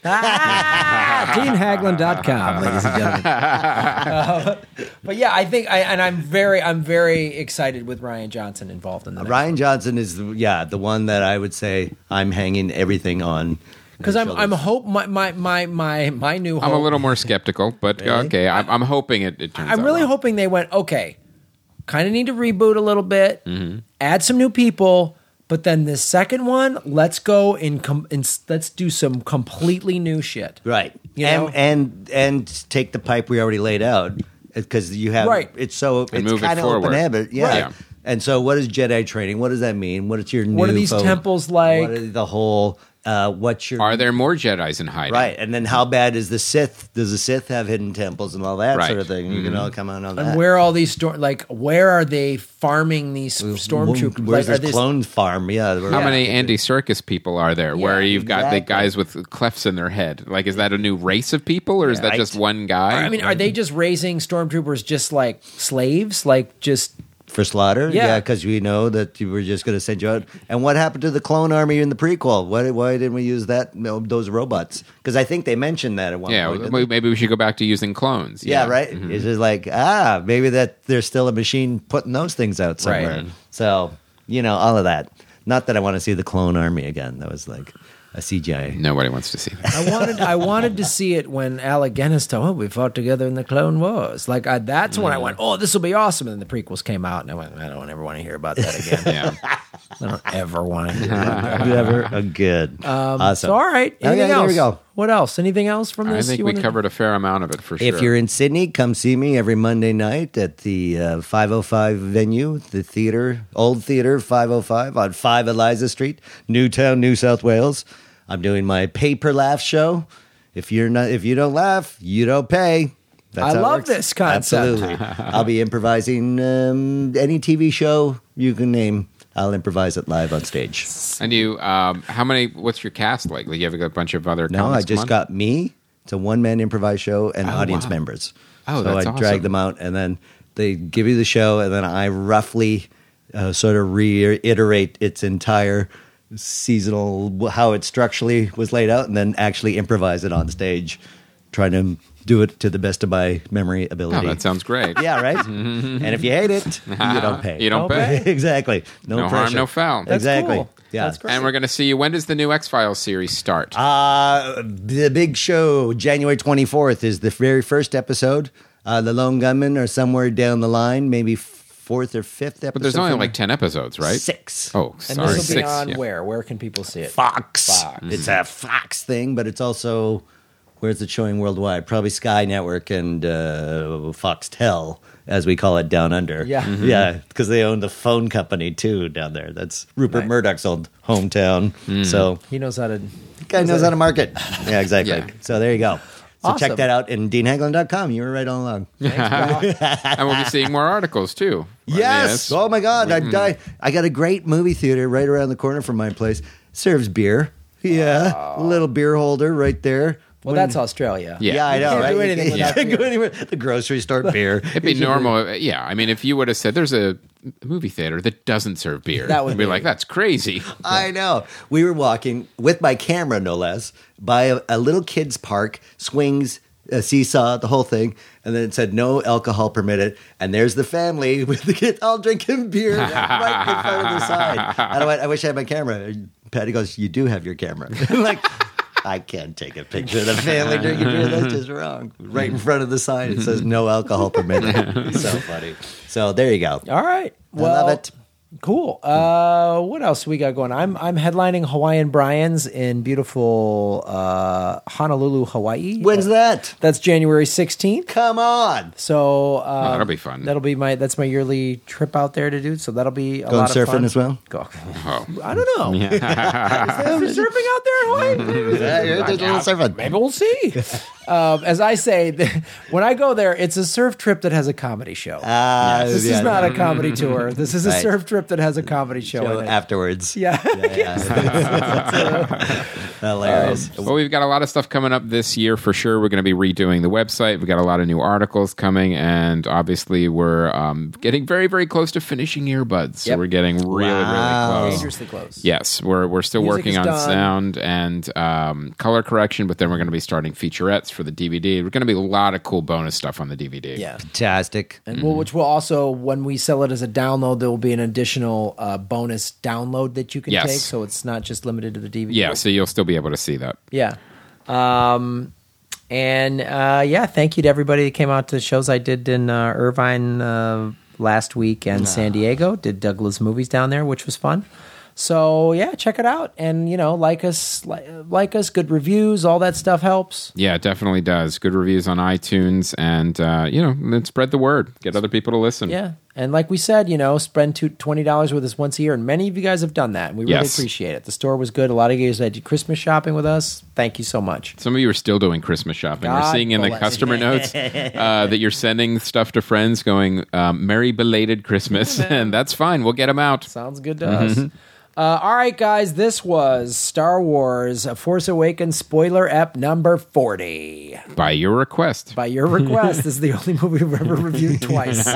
Ah, DeanHaglin.com, ladies and (laughs) gentlemen. Uh, but yeah, I think I and I'm very I'm very excited with Ryan Johnson involved in the next
Ryan Johnson is yeah the one that I would say I'm hanging everything on
because
my
I'm I'm
shoulders.
hope my my my my my new hope.
I'm a little more skeptical, but okay, I'm, I'm hoping it, it turns.
I'm
out
really
well.
hoping they went okay. Kind of need to reboot a little bit,
Mm-hmm.
add some new people, but then this second one, let's go and com- and s- let's do some completely new shit.
right
You
and,
know?
and and take the pipe we already laid out because you have
Right.
it's so it's
move it
kind of
forward.
open ended yeah.
Right. Yeah.
and so what is Jedi training what does that mean what is your
What
new
are these
fo-
temples like?
what are the whole uh, what's your
Are there more Jedi's in hiding?
right and then how bad is the Sith does the Sith have hidden temples and all that
Right. Mm-hmm.
sort of thing you can all come out on that
And where all these storm like where are they farming these stormtroopers?
where's
like, are
this
this-
clone farm yeah
How many Andy Circus people are there? where
Yeah,
you've got the
exactly.
guys with clefts in their head. Like, is that a new race of people, or is that
Right.
just one guy?
I mean, are they just raising stormtroopers just like slaves? Like just
for slaughter.
Yeah.
Yeah, because we know that you were just going to send you out. And what happened to the clone army in the prequel? Why, why didn't we use that no, those robots? Because I think they mentioned that at one
yeah,
point. didn't
well,
they?
maybe we should go back to using clones.
Oh, yeah, right.
Mm-hmm.
It's just like ah, maybe that there's still a machine putting those things out somewhere.
Right.
So you know all of that. Not that I want to see the clone army again. That was like a (laughs) CGI.
Nobody wants to see that.
I wanted I wanted to see it when Alec Guinness told oh, we fought together in the Clone Wars. Like I, that's when
Mm.
I went, oh, this will be awesome. And then the prequels came out, and I went, I don't ever want to hear about that again.
(laughs)
Yeah.
I don't ever want to hear. About that.
Never a Oh, good. awesome.
Um, So all right, anything
Okay,
else?
there we go.
What else? Anything else from
I
this?
think
you
we
wanna-
covered a fair amount of it for sure.
If you're in Sydney, come see me every Monday night at the uh, 505 venue, the theater, Old Theater 505 on 5 Eliza Street, Newtown, New South Wales. I'm doing my paper laugh show. If you're not if you don't laugh, you don't pay. That's
I
how it
love
works.
this concept.
Absolutely. I'll be improvising um, any TV show you can name. I'll improvise it live on stage.
And you, um, how many? What's your cast like? Like you have a bunch of other.
No, I
comics
just
come on?
got me. It's a one man improvise show and audience
wow.
members.
Oh,
so
that's
I
awesome.
drag them out, and then they give you the show, and then I roughly uh, sort of reiterate its entire seasonal how it structurally was laid out, and then actually improvise it on stage, trying to do it to the best of my memory
Oh,
ability.
that sounds great.
yeah,
(laughs)
right. and if you hate it, you don't pay.
You don't pay.
(laughs) exactly. No,
No harm,
pressure.
no foul. That's
exactly.
cool.
Yeah.
That's great.
And we're going to see you. When does the new X Files series start?
Uh, the big show, January 24th, is the very first episode. Uh, the Lone Gunman are somewhere down the line, maybe fourth or fifth episode.
but there's only
from-
like ten episodes, right?
six.
Oh,
And
sorry,
this will be
six.
on
yeah.
where? Where can people see it?
Fox.
Fox.
It's
Mm-hmm.
a Fox thing, but it's also where's it showing worldwide? Probably Sky Network and uh, Foxtel, as we call it down under.
Yeah.
Mm-hmm.
Mhm.
yeah, because they own the phone company too down there. That's Rupert
Nice.
Murdoch's old hometown.
Mm.
So
He knows how to.
guy knows how to market. (laughs) Yeah, exactly.
Yeah.
So there you go. So
Awesome.
check that out in DeanHaglin.com. You were right all along.
and we'll be seeing more articles too.
Yes. Oh my God. I died. I got a great movie theater right around the corner from my place. Serves beer. Yeah. Little beer holder right there.
Well, that's Australia.
Yeah.
Yeah, I know.
can't
right?
do
You
anything
can't-
without
you can't
beer.
go anywhere. (laughs) The grocery store beer.
It'd be normal. uh, Yeah, I mean, if you would have said there's a movie theater that doesn't serve beer,
That would
we'd be
be- Um,
like, that's crazy.
I know. We were walking with my camera, no less, by a, a little kids' park, swings, a seesaw, the whole thing, and then it said no alcohol permitted. And there's the family (laughs) with the kids all drinking beer right in front of the sign. And I went, I wish I had my camera. And Patty goes, "You do have your camera." (laughs) I'm like. I can't take a picture of the family drinking beer. That's just wrong. Right in front of the sign, it says no alcohol permitted. so funny. So there you go.
All right. Well,
love it.
Cool. Uh, what else we got going? I'm I'm headlining Hawaiian Brian's in beautiful uh, Honolulu, Hawaii.
When's that?
That's January 16th.
Come on.
So um,
that'll be fun. (laughs)
That'll be my that's my yearly trip out there to do. So that'll be a
Going
lot of
surfing
fun.
as well?
Go.
Oh.
I don't know. Is there surfing out there in
(laughs)
Hawaii?
Yeah, you're just a little servant.
Maybe we'll see. um, as I say, (laughs) when I go there, it's a surf trip that has a comedy show.
Uh,
this
yeah,
is not a comedy tour. This is a
Right.
surf trip that has a comedy show.
show
in it.
afterwards.
yeah. (laughs)
Hilarious.
Um,
Well, we've got a lot of stuff coming up this year for sure. We're going to be redoing the website. We've got a lot of new articles coming, and obviously, we're um, getting very, very close to finishing earbuds. So
Yep.
we're getting really,
Wow.
really close.
(laughs) dangerously close.
Yes, we're we're still
Music is
working on
done.
sound and um, color correction, but then we're going to be starting featurettes for the DVD. We're going to be a lot of cool bonus stuff on the DVD.
Yeah.
Fantastic.
And well, which will also, when we sell it as a download, there will be an additional uh, bonus download that you can
Yes.
take. So it's not just limited to the DVD.
yeah. So you'll still be able to see that.
Yeah. Um, and uh, yeah, thank you to everybody that came out to the shows I did in uh, Irvine uh, last week and San Diego. Did Douglas movies down there, which was fun. So yeah, check it out, and you know, like us, like, like us, good reviews, all that stuff helps.
Yeah, it definitely does. Good reviews on iTunes, and uh, you know, and spread the word. Get other people to listen.
Yeah, and like we said, you know, spend two, twenty dollars with us once a year, and many of you guys have done that, and we really
Yes.
appreciate it. The store was good. A lot of you guys that did Christmas shopping with us, thank you so much.
Some of you are still doing Christmas shopping. We're
God
seeing in the
bless.
customer notes
(laughs)
uh, that you're sending stuff to friends, going um, "Merry belated
(laughs)
Christmas," and that's fine. We'll get them out.
Sounds good to
Mm-hmm.
us. Uh, all right, guys, this was Star Wars A Force Awakens spoiler ep number 40.
by your request.
By your request, this is the only movie we've ever reviewed twice.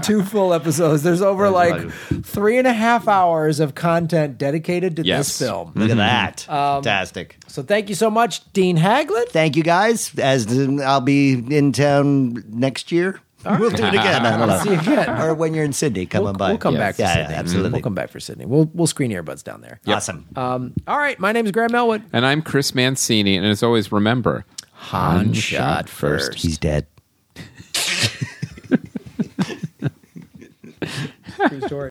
(laughs)
Two full episodes. There's over like three and a half hours of content dedicated to
Yes.
this film.
Look at
(laughs)
that.
um,
Fantastic.
So thank you so much, Dean Haglund.
Thank you guys. As I'll be in town next year. We'll do
(laughs)
it again. I don't know.
See you again.
Or when you're in Sydney, come
We'll,
on by.
we'll come
Yeah.
back for
Yeah,
Sydney.
yeah, absolutely.
We'll come back for Sydney. We'll, we'll screen earbuds down there.
Awesome.
Um, all right, my name is Graham Elwood.
And I'm Chris Mancini, and as always, remember
Han shot first.
He's dead.
True story.